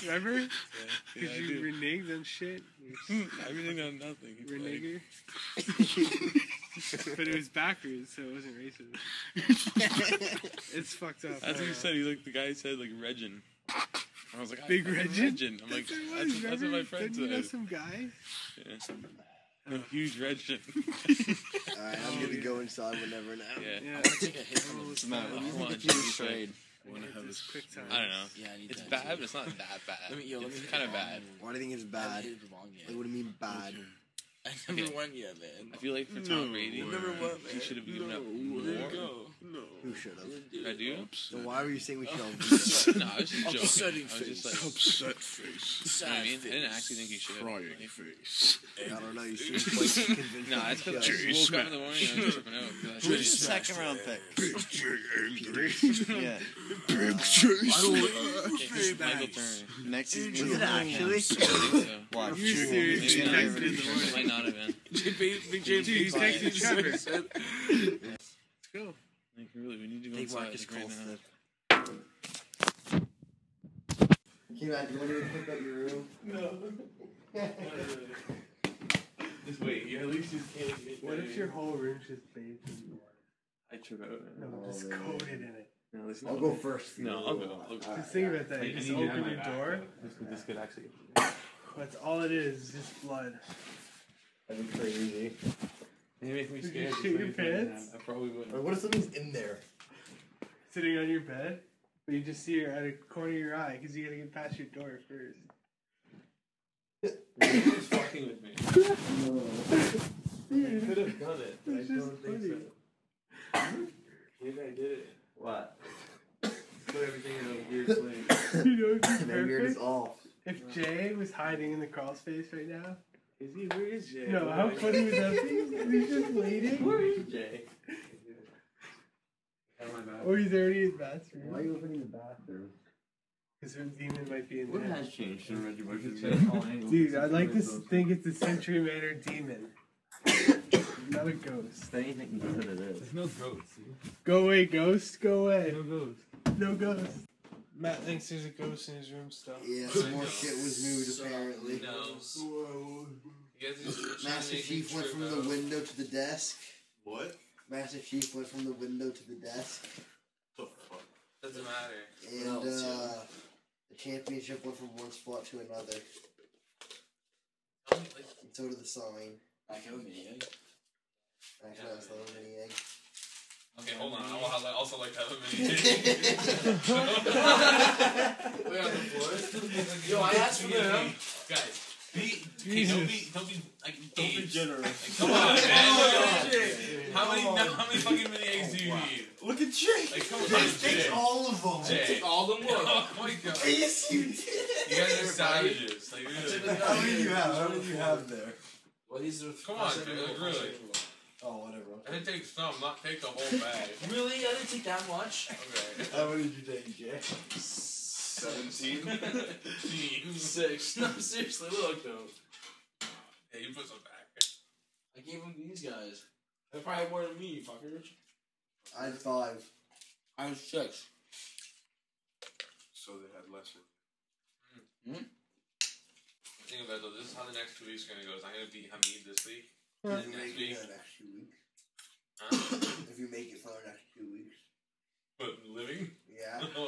[SPEAKER 3] Remember?
[SPEAKER 4] Yeah,
[SPEAKER 3] Because
[SPEAKER 4] I
[SPEAKER 3] you
[SPEAKER 4] do.
[SPEAKER 3] reneged on shit.
[SPEAKER 4] Everything on nothing. It's
[SPEAKER 3] Reneger. but it was backwards, so it wasn't racist. it's fucked up.
[SPEAKER 4] Like, that's what he
[SPEAKER 3] Uh,
[SPEAKER 4] said. He like the guy said like Regin. I was like, I
[SPEAKER 3] Big
[SPEAKER 4] fucking
[SPEAKER 3] Regin?
[SPEAKER 4] Regin. I'm like,
[SPEAKER 3] That's,
[SPEAKER 4] that's, what, that's what my friend
[SPEAKER 3] Didn't you know
[SPEAKER 4] said.
[SPEAKER 3] some guy?
[SPEAKER 4] Yeah. A huge Regin.
[SPEAKER 6] Alright, I'm gonna go inside whenever now.
[SPEAKER 4] Yeah.
[SPEAKER 3] Yeah.
[SPEAKER 9] Take a hit
[SPEAKER 8] What's
[SPEAKER 9] from
[SPEAKER 8] the matter?
[SPEAKER 4] I
[SPEAKER 8] What do you
[SPEAKER 4] want
[SPEAKER 8] think if you
[SPEAKER 4] Jesus
[SPEAKER 8] trade?
[SPEAKER 3] Wanna have this quick time.
[SPEAKER 5] I don't know.
[SPEAKER 9] Yeah, I need
[SPEAKER 5] it's
[SPEAKER 9] that
[SPEAKER 5] bad,
[SPEAKER 9] too.
[SPEAKER 5] but it's not that bad.
[SPEAKER 9] Let me- yo, let me
[SPEAKER 5] it's
[SPEAKER 9] hit
[SPEAKER 5] kind of
[SPEAKER 9] the
[SPEAKER 5] bad.
[SPEAKER 9] volume.
[SPEAKER 6] Why do you think it's bad?
[SPEAKER 9] hated the long
[SPEAKER 6] Like, what do you mean bad?
[SPEAKER 9] I never won yet, man.
[SPEAKER 5] I feel like for Tom Brady,
[SPEAKER 9] Never won,
[SPEAKER 5] he
[SPEAKER 9] man.
[SPEAKER 5] should have given up
[SPEAKER 9] There
[SPEAKER 5] more.
[SPEAKER 9] you go.
[SPEAKER 6] Who should have?
[SPEAKER 5] I do.
[SPEAKER 6] Then why were you saying we
[SPEAKER 4] Oh.
[SPEAKER 6] should have?
[SPEAKER 5] no, I was just joking.
[SPEAKER 9] Upsetting
[SPEAKER 5] I was just like,
[SPEAKER 7] Upset face.
[SPEAKER 5] you know what I mean, I didn't actually think he should. have.
[SPEAKER 7] Crying
[SPEAKER 5] Like,
[SPEAKER 7] face.
[SPEAKER 6] I don't know. You should have like, convinced
[SPEAKER 5] No,
[SPEAKER 6] them
[SPEAKER 5] that's
[SPEAKER 6] we
[SPEAKER 5] because I
[SPEAKER 7] Jerry
[SPEAKER 5] just woke up in the morning
[SPEAKER 7] Smack.
[SPEAKER 5] and I was tripping out. 'cause I
[SPEAKER 8] Who's the
[SPEAKER 5] should've-
[SPEAKER 8] second round pick?
[SPEAKER 7] Big J angry.
[SPEAKER 8] Yeah,
[SPEAKER 7] Big J.
[SPEAKER 8] Michael Turner. Next is
[SPEAKER 6] should. Was it actually?
[SPEAKER 5] So,
[SPEAKER 8] Watch.
[SPEAKER 3] You serious?
[SPEAKER 5] Maybe
[SPEAKER 3] You
[SPEAKER 5] not.
[SPEAKER 3] texted in the morning.
[SPEAKER 5] it might not have been.
[SPEAKER 9] Big James.
[SPEAKER 3] Dude, you texted Trevor. Let's go.
[SPEAKER 5] Like, really, we need to go
[SPEAKER 6] Take
[SPEAKER 5] inside
[SPEAKER 6] Marcus
[SPEAKER 5] like, right now.
[SPEAKER 6] Colston. Hey, Matt, do you want me to pick up your room?
[SPEAKER 4] Just wait. You at least just can't.
[SPEAKER 3] What if your whole room's just bathed in water?
[SPEAKER 4] I trip out.
[SPEAKER 3] No, just coated in it.
[SPEAKER 4] No, listen.
[SPEAKER 6] I'll go first.
[SPEAKER 4] No, I'll go. I'll go.
[SPEAKER 3] Just think about that. You just open your door.
[SPEAKER 4] This, could- this could actually.
[SPEAKER 3] That's all it is, is just blood.
[SPEAKER 6] That'd be crazy.
[SPEAKER 4] They make me
[SPEAKER 3] Did
[SPEAKER 4] scared.
[SPEAKER 3] you
[SPEAKER 4] just
[SPEAKER 3] shit
[SPEAKER 4] like,
[SPEAKER 3] your pants?
[SPEAKER 4] I probably wouldn't.
[SPEAKER 6] Or what if something's in there?
[SPEAKER 3] Sitting on your bed, but you just see her out of the corner of your eye because you gotta get past your door first.
[SPEAKER 4] Who's fucking with me? I could have done it. but I
[SPEAKER 3] It's just
[SPEAKER 4] don't think so.
[SPEAKER 3] funny.
[SPEAKER 4] Maybe I did it.
[SPEAKER 6] What?
[SPEAKER 4] Put everything in a weird place.
[SPEAKER 3] You know, it'd be
[SPEAKER 6] And then weird as
[SPEAKER 3] perfect.
[SPEAKER 6] all.
[SPEAKER 3] If Jay was hiding in the crawl space right now,
[SPEAKER 4] Is he? Where is Jay?
[SPEAKER 3] you know, how funny would that be? He's just waiting,
[SPEAKER 4] Jay?
[SPEAKER 3] or Oh, he's already in the bathroom.
[SPEAKER 6] Why are you opening the bathroom?
[SPEAKER 3] Because her demon might be in
[SPEAKER 8] What
[SPEAKER 3] there.
[SPEAKER 8] has changed in Reggie Bush's face?
[SPEAKER 3] Dude, I like to think it's a Century Manor demon. Not a ghost.
[SPEAKER 8] If anything, that's what it is.
[SPEAKER 4] There's no goats.
[SPEAKER 3] Go away, ghost. Go away.
[SPEAKER 4] goats.
[SPEAKER 3] No ghost. Matt thinks there's a ghost in his room still.
[SPEAKER 6] Yeah, some more shit was moved apparently.
[SPEAKER 9] No.
[SPEAKER 6] Whoa.
[SPEAKER 9] You guys are just trying to
[SPEAKER 6] Master
[SPEAKER 9] make me
[SPEAKER 6] Chief went
[SPEAKER 9] trip
[SPEAKER 6] from
[SPEAKER 9] out.
[SPEAKER 6] the window to the desk.
[SPEAKER 7] What
[SPEAKER 6] Master Chief went from the window to the desk.
[SPEAKER 7] the fuck?
[SPEAKER 9] Doesn't matter.
[SPEAKER 6] And
[SPEAKER 9] What else, yeah?
[SPEAKER 6] uh, the championship went from one spot to another.
[SPEAKER 9] Tell me, like,
[SPEAKER 6] And so did the sign.
[SPEAKER 9] back out, man.
[SPEAKER 6] Actually, that's the mini egg.
[SPEAKER 9] Okay, hold on. I will highlight- also like that Wait, on the floor? Yo, I asked for the help. Guys, be, okay, don't be, don't be, like, don't be generous. Oh, Like, come on, man. How many, how many fucking mini eggs do you need?
[SPEAKER 6] Look at Jake!
[SPEAKER 9] Like, come on, Jay.
[SPEAKER 6] all of them!
[SPEAKER 9] Jay. All the look. Oh my god.
[SPEAKER 6] Yes, you did!
[SPEAKER 9] You guys are savages. Like, really.
[SPEAKER 6] How many do you have? How many do you have there?
[SPEAKER 9] Come on, dude. Like, really.
[SPEAKER 6] Oh, whatever.
[SPEAKER 9] I didn't take some, not take the whole bag. Really? I didn't take
[SPEAKER 6] How many did you take, Jay?
[SPEAKER 9] that much? Okay. Six. No, seriously, look, though. Yeah, you put some back. I gave them to these guys. They probably more than me, you fuckers.
[SPEAKER 6] I had five.
[SPEAKER 9] I was six.
[SPEAKER 7] So they had less. than-
[SPEAKER 1] Think about it though, this is how the next two weeks are gonna go. Is I'm gonna beat Hamid this week.
[SPEAKER 6] If you make it for the next two weeks. If you make it for the next two weeks.
[SPEAKER 1] But living?
[SPEAKER 6] Yeah.
[SPEAKER 1] Okay,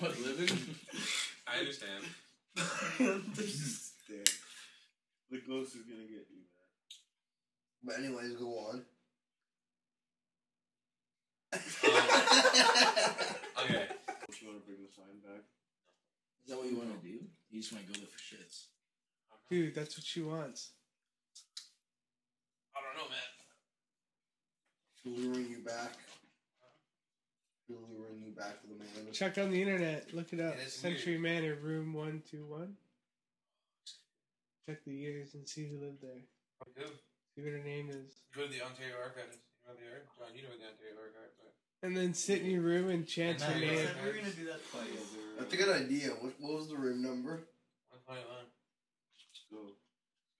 [SPEAKER 9] What, living?
[SPEAKER 1] I understand.
[SPEAKER 7] Damn. The ghost is gonna get you, man.
[SPEAKER 6] But anyways, go on.
[SPEAKER 1] Okay.
[SPEAKER 7] Don't you wanna bring the sign back?
[SPEAKER 9] Is that what you want to do? You just want to go there for shits.
[SPEAKER 3] Dude, that's what she wants.
[SPEAKER 9] I don't know, man.
[SPEAKER 6] Luring you back. Luring you back to the man.
[SPEAKER 3] Check on the internet. Look it up.
[SPEAKER 9] Yeah, that's
[SPEAKER 3] Century Manor, room 121. Check the years and see who lived there.
[SPEAKER 1] Go
[SPEAKER 3] See what her name is.
[SPEAKER 1] go to the Ontario Archives. You know the Ar- John, you know the Ontario Archives. Right?
[SPEAKER 3] And then sit in your room and chant her
[SPEAKER 1] Yeah.
[SPEAKER 3] name.
[SPEAKER 8] We're gonna do that twice.
[SPEAKER 6] That's a good idea. What, what was the room number?
[SPEAKER 1] One point one.
[SPEAKER 7] Go.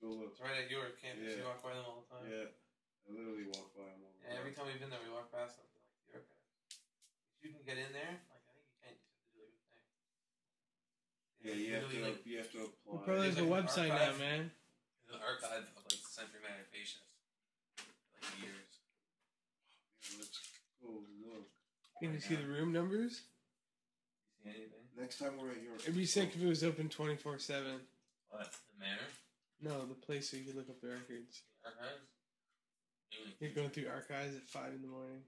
[SPEAKER 7] Go up.
[SPEAKER 1] It's right at York campus. You
[SPEAKER 7] Yeah.
[SPEAKER 1] walk by them all the time.
[SPEAKER 7] Yeah. I literally walk by him all the
[SPEAKER 1] And every
[SPEAKER 7] time.
[SPEAKER 1] time we've been there, we walk past them. Like, the archives. If you can get in there, like I think you can. You just have to do
[SPEAKER 7] Yeah,
[SPEAKER 1] like a thing.
[SPEAKER 7] you have
[SPEAKER 1] literally,
[SPEAKER 7] to,
[SPEAKER 1] like
[SPEAKER 7] you have to apply.
[SPEAKER 3] Well, probably there's a website now, man.
[SPEAKER 1] the archive of like Century Manor patients, like years.
[SPEAKER 7] Let's go look.
[SPEAKER 3] Can you see the room numbers?
[SPEAKER 1] See anything?
[SPEAKER 7] Next time we're at your
[SPEAKER 3] It'd be sick if it was open 24 7.
[SPEAKER 1] What the manor?
[SPEAKER 3] No, the place where you could look up the records.
[SPEAKER 1] The archives.
[SPEAKER 3] You're going through archives at 5 in the morning.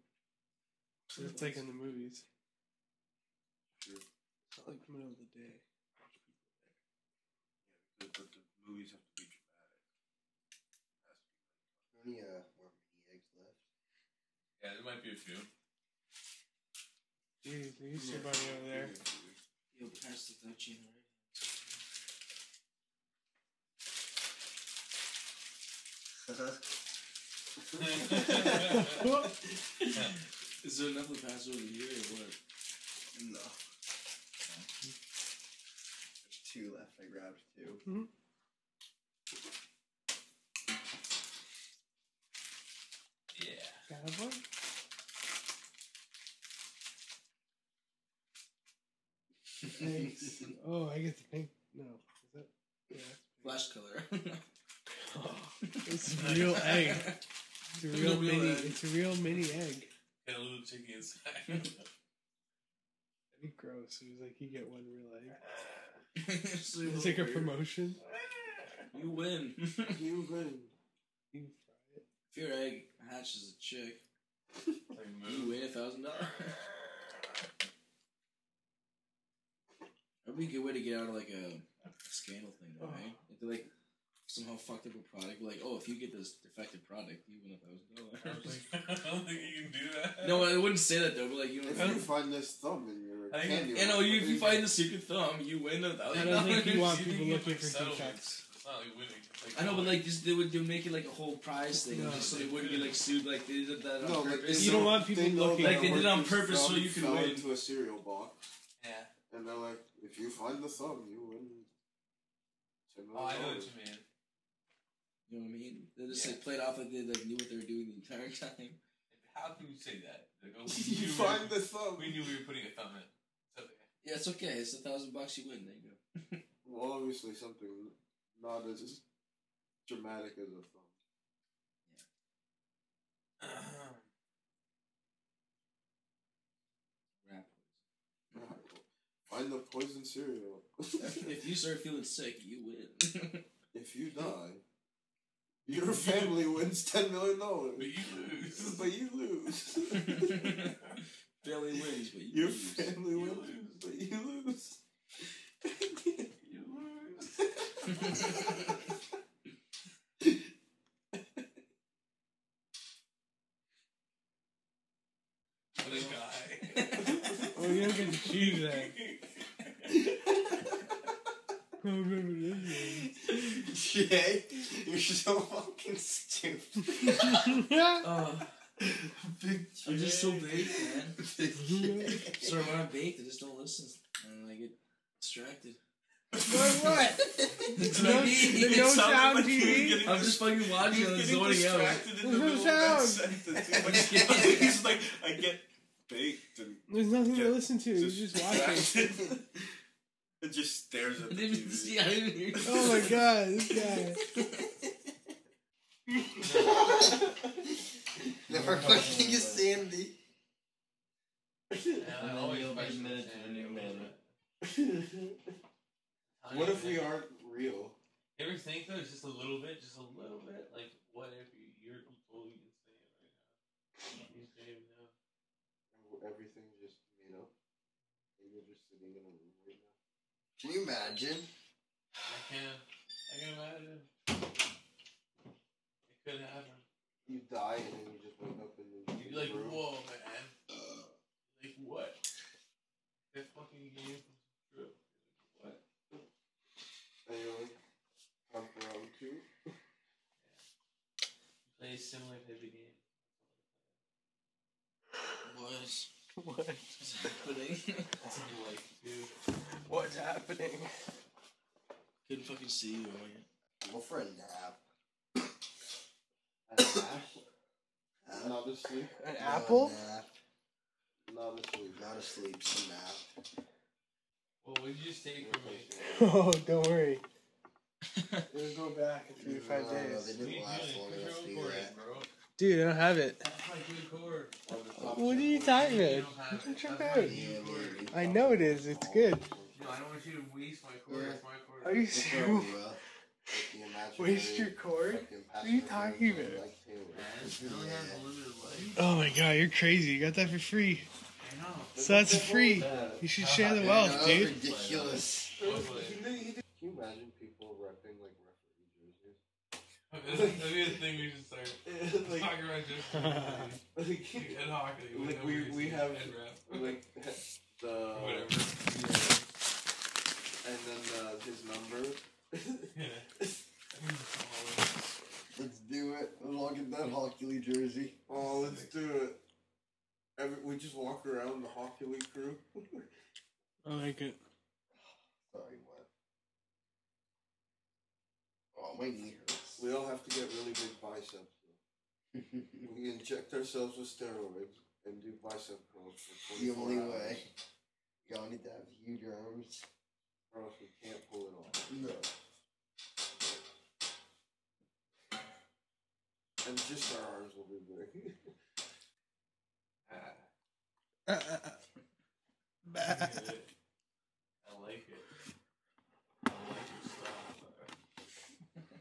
[SPEAKER 3] It's like in the movies. It's not like the middle of the day.
[SPEAKER 7] But the movies have to be dramatic.
[SPEAKER 6] Any uh, more mini eggs left?
[SPEAKER 5] Yeah, there might be a few.
[SPEAKER 3] Jeez, look at your buddy over there.
[SPEAKER 9] Yo, pass the Dutch in already. Is there enough to pass over here or what?
[SPEAKER 6] No. There's two left. I grabbed 2
[SPEAKER 5] Yeah.
[SPEAKER 3] Got one? Thanks. Oh, I get the pink. No. Is that? Yeah.
[SPEAKER 9] Flash color.
[SPEAKER 3] It's a real egg.
[SPEAKER 5] It's
[SPEAKER 3] It's a
[SPEAKER 5] a
[SPEAKER 3] real
[SPEAKER 5] real
[SPEAKER 3] mini.
[SPEAKER 5] egg.
[SPEAKER 3] It's a real mini egg.
[SPEAKER 5] Got a little chicken inside.
[SPEAKER 3] That'd be gross. It was like you get one real egg. it's like a promotion.
[SPEAKER 9] You win.
[SPEAKER 3] you win. You fry it.
[SPEAKER 9] If your egg hatches a chick, you win a thousand dollars. That'd be a good way to get out of like a, a scandal thing, though, right?
[SPEAKER 3] Oh.
[SPEAKER 9] If they like somehow fucked up a product, like, oh, if you get this defective product, you win a thousand dollars.
[SPEAKER 5] I don't think you can do that.
[SPEAKER 9] No, I wouldn't say that though, but like you know,
[SPEAKER 6] If you find this thumb in your
[SPEAKER 9] I think-
[SPEAKER 6] candy,
[SPEAKER 9] you know,
[SPEAKER 6] wrapper,
[SPEAKER 9] you, oh, if you
[SPEAKER 6] then-
[SPEAKER 9] find the secret thumb, you win a thousand
[SPEAKER 3] I don't
[SPEAKER 9] dollars.
[SPEAKER 3] think you want
[SPEAKER 9] You
[SPEAKER 3] people
[SPEAKER 9] can get,
[SPEAKER 3] looking
[SPEAKER 9] like,
[SPEAKER 3] for
[SPEAKER 9] settlements.
[SPEAKER 3] defects.
[SPEAKER 5] It's not like winning. It's like
[SPEAKER 9] I know, but like just they would do make it like a whole prize thing,
[SPEAKER 5] No.
[SPEAKER 9] just so they wouldn't be like sued like they did that on
[SPEAKER 6] No, like
[SPEAKER 9] purpose.
[SPEAKER 6] they know- they know that
[SPEAKER 9] Like they did it on
[SPEAKER 6] worker's
[SPEAKER 9] purpose, so
[SPEAKER 6] thumb
[SPEAKER 9] you can
[SPEAKER 6] fell
[SPEAKER 9] win.
[SPEAKER 6] into a cereal box.
[SPEAKER 5] Yeah.
[SPEAKER 6] And they're like, if you find the thumb, you win. $10
[SPEAKER 5] Oh, I know what you mean.
[SPEAKER 9] You know what I mean? They just like played off like they like knew what they were doing the entire time.
[SPEAKER 5] How can you say that? Like, oh,
[SPEAKER 6] You
[SPEAKER 5] we knew we,
[SPEAKER 6] find the thumb.
[SPEAKER 5] We knew we were putting a thumb in. It's okay.
[SPEAKER 9] Yeah, it's okay. It's a thousand bucks. You win. There you go.
[SPEAKER 6] Well, obviously something not as dramatic as a thumb.
[SPEAKER 9] Rap.
[SPEAKER 6] Find the poison cereal.
[SPEAKER 9] if you start feeling sick, you win.
[SPEAKER 6] if you die, your family wins ten million dollars. But
[SPEAKER 5] you lose.
[SPEAKER 6] But you lose.
[SPEAKER 9] family wins, but you
[SPEAKER 6] your
[SPEAKER 9] lose.
[SPEAKER 6] family wins, but you lose.
[SPEAKER 5] What a guy.
[SPEAKER 3] Oh, you don't get to choose that. I don't remember this
[SPEAKER 6] Jay, you're so fucking stupid.
[SPEAKER 3] one.
[SPEAKER 6] Big
[SPEAKER 9] Uh, I'm just so baked, man.
[SPEAKER 6] Big
[SPEAKER 9] Sorry, when I'm baked, I just don't listen, and I get distracted.
[SPEAKER 3] what?
[SPEAKER 9] That's
[SPEAKER 3] No-
[SPEAKER 9] what I mean.
[SPEAKER 3] the
[SPEAKER 9] It
[SPEAKER 3] no
[SPEAKER 9] sounded
[SPEAKER 3] sound
[SPEAKER 9] like you were
[SPEAKER 3] TV?
[SPEAKER 9] getting- I'm just fucking watching and zoning out.
[SPEAKER 7] distracted
[SPEAKER 3] There's no sound.
[SPEAKER 7] He's like, I get baked and
[SPEAKER 3] There's nothing to listen to. He's just watching.
[SPEAKER 7] it just stares at the
[SPEAKER 9] See, I didn't hear.
[SPEAKER 3] Oh my god, this guy.
[SPEAKER 6] Never fucking is Sandy.
[SPEAKER 5] I
[SPEAKER 12] And then
[SPEAKER 5] always
[SPEAKER 12] you'll be
[SPEAKER 5] question
[SPEAKER 12] admitted to the new man.
[SPEAKER 6] What if we aren't real?
[SPEAKER 5] You ever think though, just a little bit, just a little bit, like what if you're completely insane right now? You just don't even know.
[SPEAKER 6] Everything just made up. And you're just sitting in a room right now. Can you imagine?
[SPEAKER 5] I can, I can imagine. It could happen.
[SPEAKER 6] You die and then you just wake up and
[SPEAKER 5] You'd be like, whoa, man. Like what? That fucking game. was true." What?
[SPEAKER 6] And you're like, I'm round two.
[SPEAKER 5] Play a similar type of game.
[SPEAKER 9] What?
[SPEAKER 3] What?
[SPEAKER 9] What's happening?
[SPEAKER 5] That's what you like, dude.
[SPEAKER 3] What's happening?
[SPEAKER 9] Couldn't fucking see you. man.
[SPEAKER 6] Go for a nap. A nap? Not a sleep.
[SPEAKER 3] An
[SPEAKER 6] No,
[SPEAKER 3] apple?
[SPEAKER 6] nap. Not a sleep. Not a sleep. Some nap.
[SPEAKER 5] Well, what did you just take from me?
[SPEAKER 3] Oh, don't worry. It'll go back in three to five
[SPEAKER 6] No, no, no,
[SPEAKER 3] days.
[SPEAKER 6] they didn't last long enough to do that.
[SPEAKER 5] Bro,
[SPEAKER 3] Dude, I don't have it.
[SPEAKER 5] that's my good core.
[SPEAKER 3] What are you talking about? It's your code. I know it is. It's good.
[SPEAKER 5] No, I don't want you to waste my core. It's my core.
[SPEAKER 3] Are you
[SPEAKER 6] It's alright,
[SPEAKER 3] serious?
[SPEAKER 6] bro.
[SPEAKER 3] Waste your cord? What are you talking about? Oh my god, you're crazy. You got that for free. So that's free. You should share the wealth, dude.
[SPEAKER 6] Ridiculous. Can you imagine people repping like referee jerseys?
[SPEAKER 5] That'd be a thing we should start.
[SPEAKER 6] Like-
[SPEAKER 5] Talking about just like, and hockey.
[SPEAKER 6] Like we we have
[SPEAKER 5] and rap.
[SPEAKER 6] like the
[SPEAKER 5] Whatever.
[SPEAKER 6] yeah. and then uh, his number. let's do it. Let's all get that hockey league jersey. Oh, let's do it. Every, we just walk around the hockey league crew.
[SPEAKER 3] I like it.
[SPEAKER 6] Sorry, what? Oh, my knee hurts. We all have to get really big biceps. though. we inject ourselves with steroids and do bicep curls for
[SPEAKER 8] The
[SPEAKER 6] 24
[SPEAKER 8] only
[SPEAKER 6] hours.
[SPEAKER 8] way. Y'all need to have huge arms.
[SPEAKER 6] Or else we can't pull it off.
[SPEAKER 8] No.
[SPEAKER 6] And just our arms will be big.
[SPEAKER 5] I like it. I like your style.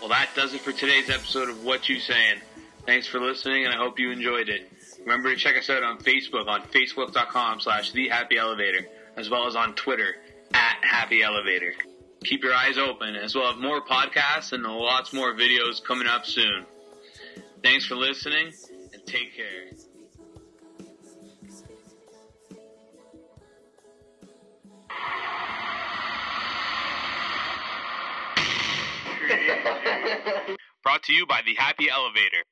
[SPEAKER 1] Well, that does it for today's episode of What You Saying. Thanks for listening, and I hope you enjoyed it. Remember to check us out on Facebook on facebook.com slash The Happy Elevator, as well as on Twitter at Happy Elevator. Keep your eyes open, as well as more podcasts and lots more videos coming up soon. Thanks for listening, and take care. Brought to you by The Happy Elevator.